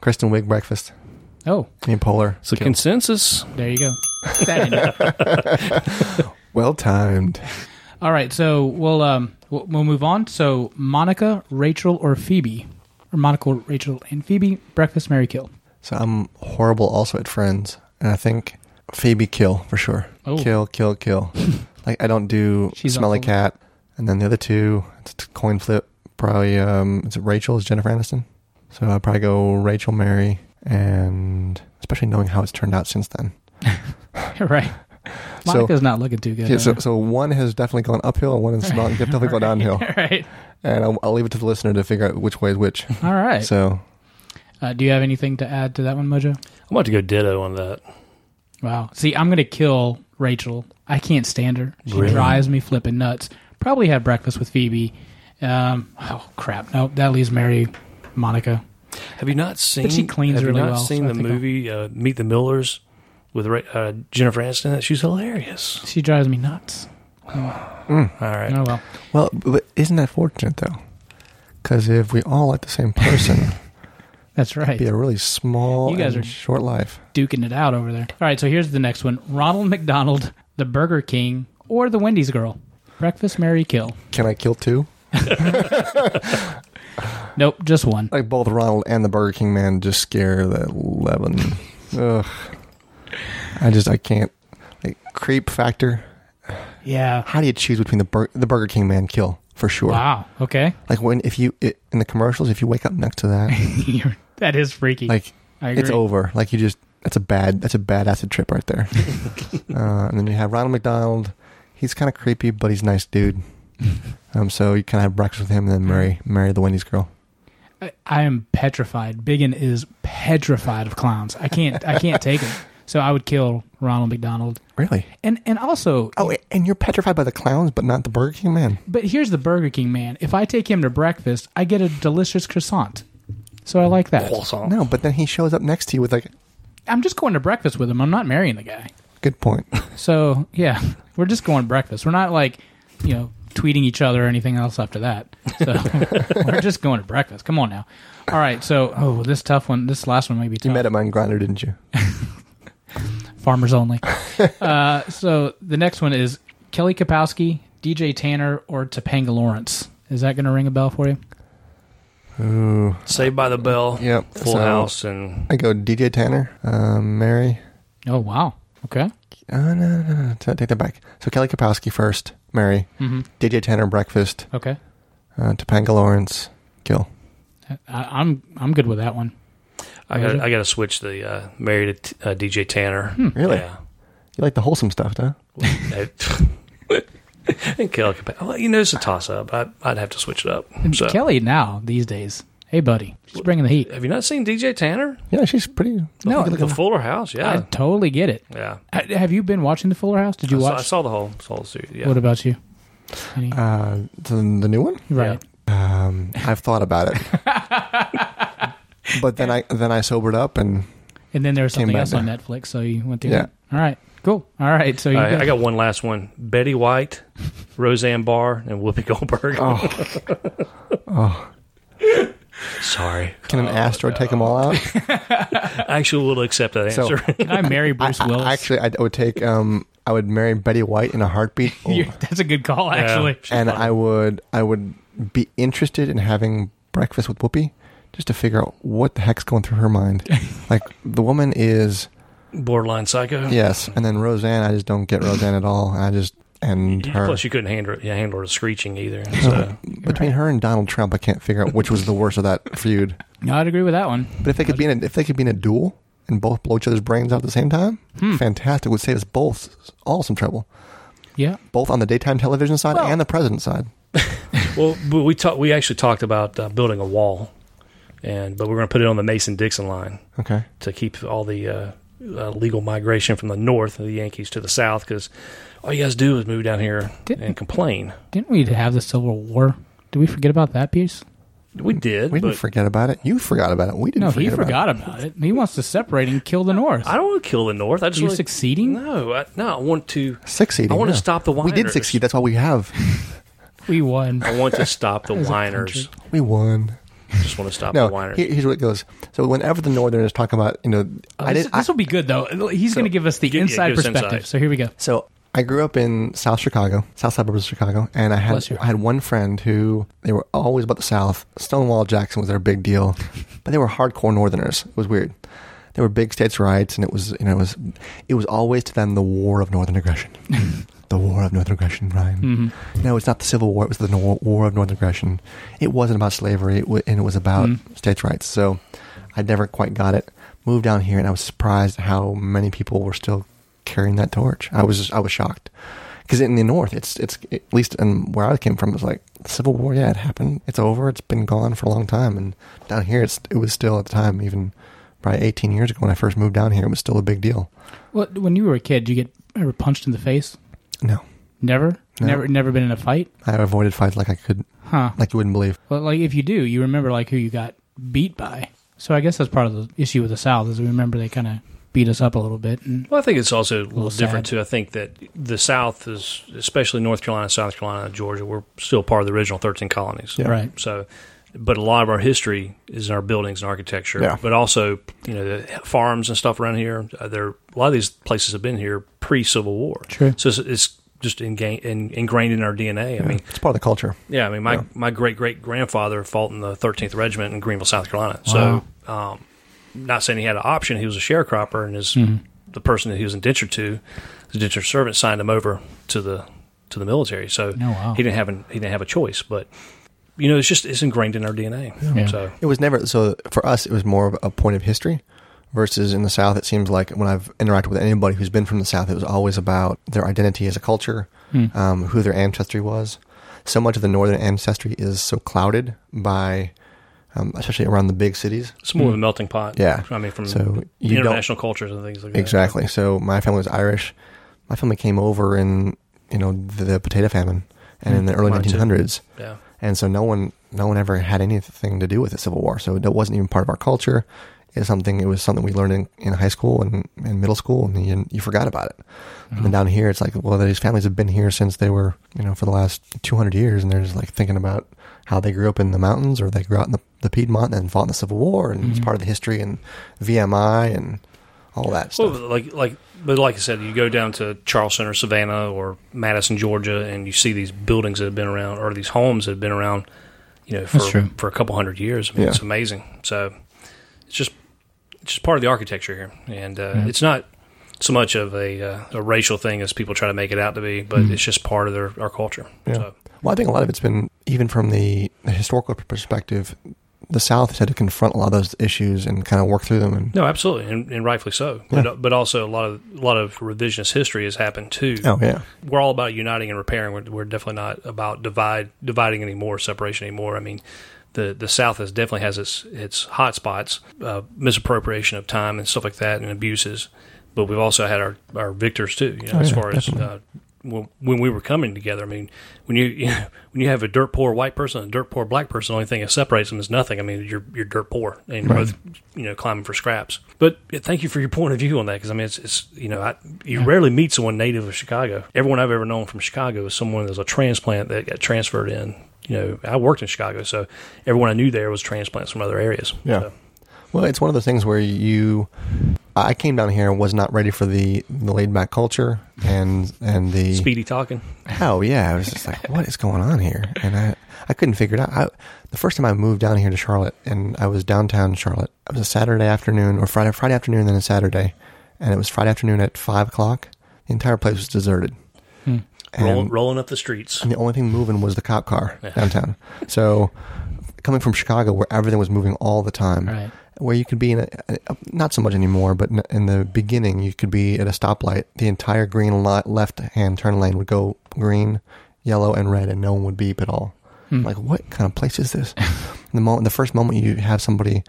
Speaker 8: Kristen Wiig, breakfast,
Speaker 1: Oh,
Speaker 8: Amy Poehler.
Speaker 2: So consensus.
Speaker 1: there you go. That ended. it.
Speaker 8: Well timed.
Speaker 1: All right, so we'll um we'll, we'll move on. So Monica, Rachel, or Phoebe, or Monica, Rachel, and Phoebe. Breakfast, Mary, kill.
Speaker 8: So I'm horrible also at friends, and I think Phoebe kill for sure.
Speaker 1: Oh.
Speaker 8: Kill, kill, kill. like I don't do
Speaker 1: She's
Speaker 8: smelly
Speaker 1: awful.
Speaker 8: cat, and then the other two. It's a coin flip. Probably um, is it Rachel? Is Jennifer Aniston? So I'd probably go Rachel, Mary, and especially knowing how it's turned out since then.
Speaker 1: right.
Speaker 8: So-
Speaker 1: Monica's not looking too good.
Speaker 8: Yeah,
Speaker 1: on
Speaker 8: so,
Speaker 1: her.
Speaker 8: so one has definitely gone uphill, and one has not definitely gone downhill.
Speaker 1: All right.
Speaker 8: And I'll, I'll leave it to the listener to figure out which way is which.
Speaker 1: All right.
Speaker 8: So
Speaker 1: uh, do you have anything to add to that one, Mojo?
Speaker 2: I'm about to go ditto on that.
Speaker 1: Wow. See, I'm gonna kill Rachel. I can't stand her. She drives me flipping nuts. Probably have breakfast with Phoebe. Um, oh crap. No, that leaves Mary, Monica.
Speaker 2: Have you not seen?
Speaker 1: she cleans
Speaker 2: have you
Speaker 1: really
Speaker 2: not
Speaker 1: well, so
Speaker 2: seen
Speaker 1: I
Speaker 2: the
Speaker 1: think I'll-
Speaker 2: movie uh, Meet the Millers with Ra- uh, Jennifer Aniston? She's hilarious.
Speaker 1: She drives me nuts.
Speaker 2: All right.
Speaker 1: Oh well.
Speaker 8: Well, but isn't that fortunate though? Because if we all like the same person,
Speaker 1: That's right.
Speaker 8: be a really small,
Speaker 1: You guys
Speaker 8: and
Speaker 1: are-
Speaker 8: short life.
Speaker 1: duking it out over there. All right, so here's the next one: Ronald McDonald, the Burger King, or the Wendy's girl. Breakfast, Mary, kill.
Speaker 8: Can I kill two?
Speaker 1: Nope, just one.
Speaker 8: Like both Ronald and the Burger King man just scare the eleven. Ugh. I just I can't. Like creep factor.
Speaker 1: Yeah.
Speaker 8: How do you choose between the bur- the Burger King man kill for sure?
Speaker 1: Wow. Okay.
Speaker 8: Like when if you it, in the commercials if you wake up next to that
Speaker 1: You're- that is freaky.
Speaker 8: like
Speaker 1: I
Speaker 8: it's
Speaker 1: agree.
Speaker 8: over. Like you just that's a bad that's a bad acid trip right there. uh, and then you have Ronald McDonald. He's kind of creepy, but he's a nice dude. Um, so you kind of have breakfast with him, and then marry marry the Wendy's girl.
Speaker 1: I, I am petrified. Biggin is petrified of clowns. I can't. I can't take it. So I would kill Ronald McDonald.
Speaker 8: Really?
Speaker 1: And and also,
Speaker 8: Oh, and you're petrified by the clowns, but not the Burger King man.
Speaker 1: but here's the Burger King man. If I take him to breakfast, I get a delicious croissant. So I like that.
Speaker 2: Croissant.
Speaker 8: No, but then he shows up next to you with like,
Speaker 1: I'm just going to breakfast with him. I'm not marrying the guy.
Speaker 8: good point.
Speaker 1: So yeah, we're just going breakfast. We're not like you know tweeting each other or anything else after that. So we're just going to breakfast. Come on now. All right. So oh, this tough one. This last one might be tough.
Speaker 8: You met him on Grinder, didn't you?
Speaker 1: Farmers only. uh, so the next one is Kelly Kapowski, DJ Tanner, or Topanga Lawrence. Is that going to ring a bell for you?
Speaker 2: Saved by the Bell.
Speaker 8: Yep.
Speaker 2: Full
Speaker 8: So-
Speaker 2: House and
Speaker 8: I go DJ Tanner, um, Mary.
Speaker 1: Oh wow. Okay.
Speaker 8: Oh, no, no, no, no. Take that back. So Kelly Kapowski first, Mary.
Speaker 1: Mm-hmm.
Speaker 8: DJ Tanner, breakfast.
Speaker 1: Okay.
Speaker 8: Uh, Topanga Lawrence, Gil.
Speaker 1: I, I'm I'm good with that one.
Speaker 2: I got I got to switch the uh, Mary to uh, DJ Tanner.
Speaker 1: Hmm.
Speaker 8: Really?
Speaker 2: Yeah.
Speaker 8: You like the wholesome stuff, huh?
Speaker 2: and Kelly Kapowski. Well, you know, it's a toss up. I, I'd have to switch it up. So,
Speaker 1: Kelly now these days. Hey buddy, she's bringing the heat.
Speaker 2: have you not seen DJ Tanner?
Speaker 8: Yeah, she's pretty.
Speaker 1: No,
Speaker 2: the Fuller House.
Speaker 1: I
Speaker 2: Yeah,
Speaker 1: totally get it.
Speaker 2: yeah.
Speaker 1: Ha- Have you been watching The Fuller House? Did you
Speaker 2: I, saw,
Speaker 1: watch?
Speaker 2: I saw the whole soul series. Yeah.
Speaker 1: What about you? Any-
Speaker 8: Uh, the, the new one.
Speaker 1: right.
Speaker 8: Um, I've thought about it, but then I then I sobered up and
Speaker 1: And then there was
Speaker 8: Came
Speaker 1: something
Speaker 8: back
Speaker 1: else on Netflix, so you went through
Speaker 8: Yeah.
Speaker 1: that. All right. Cool. All right. So you
Speaker 2: All right,
Speaker 1: got,
Speaker 2: I got one last one. Betty White, Roseanne Barr, and Whoopi Goldberg. Oh,
Speaker 1: Oh.
Speaker 2: sorry.
Speaker 8: can an asteroid take them all out?
Speaker 2: I actually will accept that
Speaker 8: So-
Speaker 2: answer.
Speaker 1: can I marry
Speaker 8: I-
Speaker 1: Bruce
Speaker 8: I-
Speaker 1: Willis?
Speaker 8: actually, I would take. Um, I would marry Betty White in a heartbeat, Oh,
Speaker 1: You- that's a good call, actually.
Speaker 8: and I would I would be interested in having breakfast with Whoopi just to figure out what the heck's going through her mind. like the woman is
Speaker 2: borderline psycho.
Speaker 8: yes, and then Roseanne. I just don't get Roseanne at all. I just and
Speaker 2: You-
Speaker 8: her.
Speaker 2: Plus, you couldn't handle yeah, handle her screeching either. So
Speaker 8: Between her and Donald Trump, I can't figure out which was the worst of that feud.
Speaker 1: No, I'd agree with that one.
Speaker 8: But if they could be in a, if they could be in a duel and both blow each other's brains out at the same time,
Speaker 1: Hmm.
Speaker 8: fantastic. Would save us both all some trouble,
Speaker 1: Yeah.
Speaker 8: both on the daytime television side
Speaker 1: Well-
Speaker 8: and the president's side.
Speaker 2: Well, but we talked. We actually talked about uh, building a wall, and but we're going to put it on the Mason Dixon line
Speaker 8: Okay.
Speaker 2: to keep all the uh, uh, legal migration from the north of the Yankees to the south because all you guys do is move down here and complain.
Speaker 1: Didn't we have the Civil War? Did we forget about that piece?
Speaker 2: We did.
Speaker 8: We
Speaker 2: but
Speaker 8: didn't forget about it. You forgot about it. We didn't
Speaker 1: No, he
Speaker 8: forget about
Speaker 1: forgot about it. He wants to separate and kill the North.
Speaker 2: I don't want to kill the north. I just
Speaker 1: You're
Speaker 2: want
Speaker 1: succeeding?
Speaker 2: No, I, no, I want to
Speaker 8: it. Succeeding.
Speaker 2: I want to
Speaker 8: no.
Speaker 2: stop the
Speaker 8: We
Speaker 2: whiners.
Speaker 8: did succeed. That's why we have.
Speaker 1: We won.
Speaker 2: I want to stop the whiners.
Speaker 8: We won.
Speaker 2: Just want to stop
Speaker 8: No,
Speaker 2: the whiners.
Speaker 8: here- here's what it goes. So whenever the Northerners talk about, you know,
Speaker 2: Oh,
Speaker 8: I
Speaker 1: Oh, this,
Speaker 8: did. I,
Speaker 1: this will be good though. He's going to give us the
Speaker 2: gi- yeah,
Speaker 1: inside
Speaker 2: give us
Speaker 1: perspective.
Speaker 2: insight.
Speaker 1: So here we go.
Speaker 8: So I grew up in South Chicago, South suburbs of Chicago, and I had
Speaker 1: Bless you.
Speaker 8: I had one friend who they were always about the South. Stonewall Jackson was their big deal, but they were hardcore Northerners. It was weird. They were big states' rights, and it was you know it was it was always to them the war of Northern aggression. The war of Northern aggression, Ryan. No, it's not the Civil War. It was the nor- war of Northern aggression. It wasn't about slavery, it wa and it was about states' rights. So I never quite got it. Moved down here, and I was surprised how many people were still carrying that torch. I was I was shocked because in the North, it's it's at least in where I came from, it's like the Civil War. Yeah, it happened. It's over. It's been gone for a long time. And down here, it's it was still at the time, even probably 18 years ago when I first moved down here, it was still a big deal.
Speaker 1: Well, when you were a kid, did you get ever punched in the face?
Speaker 8: No,
Speaker 1: Never,
Speaker 8: No.
Speaker 1: never, never been in a fight,
Speaker 8: I avoided fights like I could,
Speaker 1: huh?
Speaker 8: like you wouldn't believe.
Speaker 1: Well, like if you do, you remember like who you got beat by. So I guess that's part of the issue with the South is we remember they kind of beat us up a little bit. And
Speaker 2: Well, I think it's also a little,
Speaker 1: little
Speaker 2: different
Speaker 1: sad.
Speaker 2: too. I think that the South is, especially North Carolina, South Carolina, Georgia, we're still part of the original thirteen colonies.
Speaker 1: Right.
Speaker 2: So, but a lot of our history is in our buildings and architecture.
Speaker 8: Yeah.
Speaker 2: But also, you know, the farms and stuff around here. Uh, there, a lot of these places have been here pre Civil War.
Speaker 1: True.
Speaker 2: So it's, it's just inga- in, ingrained in our DNA. I mean,
Speaker 8: It's part of the culture.
Speaker 2: yeah, I mean, my my great great grandfather fought in the 13th Regiment in Greenville, South Carolina. So, um, not saying he had an option. He was a sharecropper, and his
Speaker 8: Mm-hmm.
Speaker 2: the person that he was indentured to, his indentured servant, signed him over to the to the military. So
Speaker 1: Oh, wow.
Speaker 2: he didn't have an, he didn't have a choice. But you know, it's just it's ingrained in our DNA.
Speaker 1: Yeah.
Speaker 2: So
Speaker 8: It was never so for us. It was more of a point of history, versus in the South. It seems like when I've interacted with anybody who's been from the South, it was always about their identity as a culture, um, who their ancestry was. So much of the northern ancestry is so clouded by, um, especially around the big cities.
Speaker 2: it's more of a melting pot.
Speaker 8: Mm. Yeah.
Speaker 2: I mean, from
Speaker 8: So you don't-
Speaker 2: international cultures and things like that.
Speaker 8: Exactly. So my family was Irish. My family came over in you know the, the potato famine and in the early
Speaker 2: Mine too.
Speaker 8: 1900s.
Speaker 2: Yeah.
Speaker 8: and so no one no one ever had anything to do with the Civil War. So that wasn't even part of our culture. It's something it was something we learned in, in high school and, and middle school, and you, you forgot about it. And then down here, it's like well, these families have been here since they were you know for the last 200 years, and they're just like thinking about how they grew up in the mountains or they grew out in the, the Piedmont and fought in the Civil War, and it's part of the history and VMI and all that
Speaker 2: Well,
Speaker 8: stuff.
Speaker 2: like like but like I said, you go down to Charleston or Savannah or Madison, Georgia, and you see these buildings that have been around or these homes that have been around, you know,
Speaker 1: That's
Speaker 2: for
Speaker 1: true.
Speaker 2: for a couple hundred years. I mean,
Speaker 8: Yeah.
Speaker 2: it's amazing. So it's just it's just part of the architecture here, and uh, it's not so much of a uh, a racial thing as people try to make it out to be, but
Speaker 8: Mm-hmm.
Speaker 2: it's just part of their our culture. So,
Speaker 8: Well, I think a lot of it's been even from the, the historical perspective. The South has had to confront a lot of those issues and kind of work through them. And
Speaker 2: no, absolutely, and, and rightfully so.
Speaker 8: Yeah.
Speaker 2: But, but also a lot of a lot of revisionist history has happened too.
Speaker 8: oh yeah,
Speaker 2: we're all about uniting and repairing. We're, we're definitely not about divide dividing anymore, separation anymore. I mean, the the South has definitely has its its hot spots, uh, misappropriation of time and stuff like that, and abuses. But we've also had our, our victors too. You know, as
Speaker 8: yeah,
Speaker 2: far as uh, when, when we were coming together. I mean, when you, you know, when you have a dirt poor white person and a dirt poor black person, the only thing that separates them is nothing. I mean, you're you're dirt poor, and you're both you know climbing for scraps. But yeah, thank you for your point of view on that because I mean, it's, it's you know, I, you rarely meet someone native of Chicago. Everyone I've ever known from Chicago is someone that was a transplant that got transferred in. You know, I worked in Chicago, so everyone I knew there was transplants from other areas.
Speaker 8: Yeah.
Speaker 2: So,
Speaker 8: Well, it's one of those things where you, I came down here and was not ready for the the laid back culture and and the
Speaker 2: speedy talking.
Speaker 8: Oh yeah, I was just like, what is going on here? And I I couldn't figure it out. I, the first time I moved down here to Charlotte, and I was downtown Charlotte. It was a Saturday afternoon or Friday Friday afternoon, then a Saturday, and it was Friday afternoon at five o'clock. The entire place was deserted. And-
Speaker 2: Rolling, rolling up the streets.
Speaker 8: and the only thing moving was the cop car downtown. so coming from Chicago, where everything was moving all the time,
Speaker 1: Right.
Speaker 8: where you could be in a, a- not so much anymore, but in, in the beginning, you could be at a stoplight. The entire green lot, left hand turn lane would go green, yellow, and red, and no one would beep at all.
Speaker 1: Hmm.
Speaker 8: Like, what kind of place is this? And the moment, the first moment you have somebody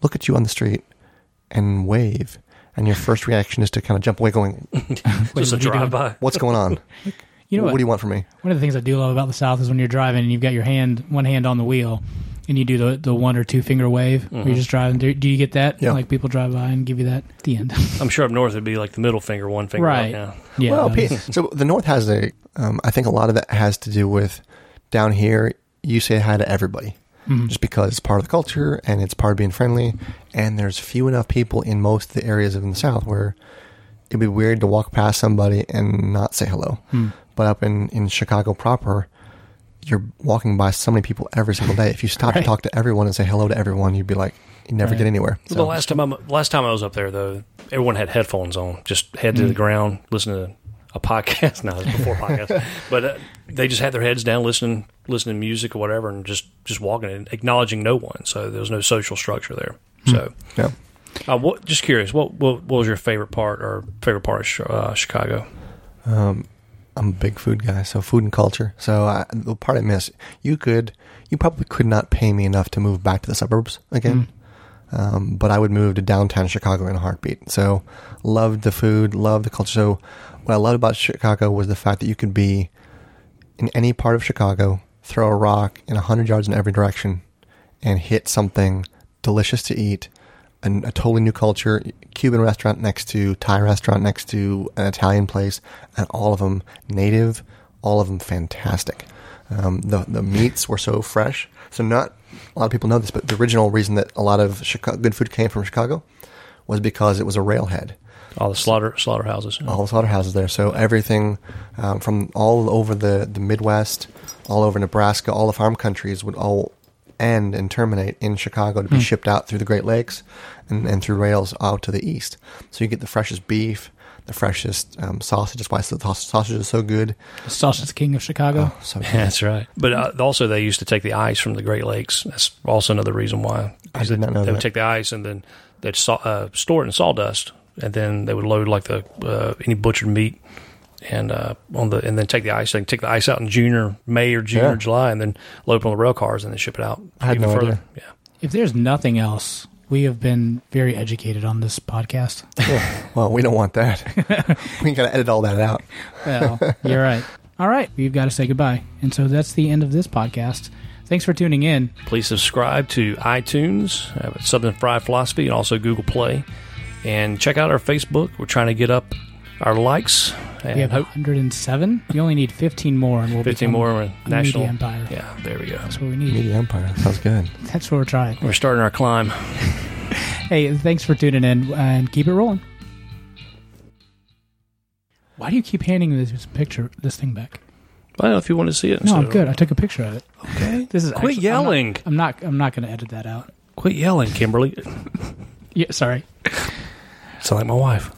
Speaker 8: look at you on the street and wave, and your first reaction is to kind of jump away, going,
Speaker 2: Just a
Speaker 1: what are you doing?
Speaker 2: drive by.
Speaker 8: "What's going on?
Speaker 1: You know
Speaker 8: what,
Speaker 1: what?
Speaker 8: do you want from me?"
Speaker 1: One of the things I do love about the South is when you're driving and you've got your hand, one hand on the wheel, and you do the the one or two finger wave. Where you're just driving. Do, do you get that?
Speaker 8: Mm-hmm. Yeah.
Speaker 1: Like people drive by and give you that. at The end.
Speaker 2: I'm sure up north it'd be like the middle finger, one finger. up,
Speaker 1: right.
Speaker 2: yeah.
Speaker 1: Yeah.
Speaker 8: well,
Speaker 1: that
Speaker 8: pe-
Speaker 1: is-
Speaker 8: so the North has a. Um, I think a lot of that has to do with down here. You say hi to everybody,
Speaker 1: Mm-hmm.
Speaker 8: just because it's part of the culture and it's part of being friendly. And there's few enough people in most of the areas in the South where it'd be weird to walk past somebody and not say hello.
Speaker 1: Hmm.
Speaker 8: But up in in Chicago proper, you're walking by so many people every single day. If you stop to talk to everyone and say hello to everyone, you'd be like, you never get anywhere. So,
Speaker 2: the last time I last time I was up there though, everyone had headphones on, just head to the ground, listening to a podcast. no, it was before podcast, but uh, they just had their heads down, listening listening to music or whatever, and just just walking and acknowledging no one. So there was no social structure there. So.
Speaker 8: yeah.
Speaker 2: Uh, what, just curious, what, what what was your favorite part or favorite part of Ch- uh, Chicago?
Speaker 8: I'm a big food guy, so food and culture. So I, the part I miss, you could, you probably could not pay me enough to move back to the suburbs again. Um, but I would move to downtown Chicago in a heartbeat. So loved the food, loved the culture. So what I loved about Chicago was the fact that you could be in any part of Chicago, throw a rock in 100 yards in every direction, and hit something delicious to eat, an, a totally new culture, Cuban restaurant next to, Thai restaurant next to, an Italian place, and all of them native, all of them fantastic. Um, the, the meats were so fresh. So, not a lot of people know this, but the original reason that a lot of Chicago, good food came from Chicago was because it was a railhead
Speaker 2: All the slaughter slaughterhouses.
Speaker 8: all the slaughterhouses there. So everything um, from all over the, the Midwest, all over Nebraska, all the farm countries would all end and terminate in Chicago to be shipped out through the Great Lakes and, and through rails out to the east. So you get the freshest beef, the freshest um, sausage. That's why the saus- sausage is so good.
Speaker 1: Sausage King of Chicago.
Speaker 8: So
Speaker 2: That's right. But uh, also, they used to take the ice from the Great Lakes. That's also another reason why.
Speaker 8: I did not know
Speaker 2: they would
Speaker 8: that.
Speaker 2: take the ice and then they'd saw, uh, store it in sawdust, and then they would load like the uh, any butchered meat and uh, on the and then take the ice. They can take the ice out in June or May or June
Speaker 8: Yeah.
Speaker 2: or July, and then load it on the rail cars and then ship it out.
Speaker 8: I had
Speaker 2: even
Speaker 8: no
Speaker 2: further.
Speaker 8: idea.
Speaker 2: Yeah.
Speaker 1: If there's nothing else, we have been very educated on this podcast.
Speaker 8: well, we don't want that. we got to edit all that out.
Speaker 1: Well, you're right. All right, we've got to say goodbye, and so that's the end of this podcast. Thanks for tuning in.
Speaker 2: Please subscribe to iTunes, uh, Southern Fry Philosophy, and also Google Play. And check out our Facebook. We're trying to get up our likes and
Speaker 1: We have
Speaker 2: hope
Speaker 1: 107. You only need 15 more, and we'll
Speaker 2: 15
Speaker 1: become
Speaker 2: more we're
Speaker 1: a
Speaker 2: national.
Speaker 1: media empire.
Speaker 2: Yeah, there we go.
Speaker 1: That's what we need.
Speaker 8: Media Empire. Sounds good.
Speaker 1: That's what we're trying.
Speaker 2: We're starting our climb.
Speaker 1: Hey, thanks for tuning in and keep it rolling. Why do you keep handing this picture, this thing back?
Speaker 2: Well, if you want to see it,
Speaker 1: No,
Speaker 2: so-
Speaker 1: I'm good. I took a picture of it. Okay. This is
Speaker 2: Quit
Speaker 1: actually- I'm not-
Speaker 2: yelling.
Speaker 1: I'm not. I'm not, going to edit that out.
Speaker 2: Quit yelling, Kimberly.
Speaker 1: Yeah, sorry.
Speaker 2: Sound like my wife.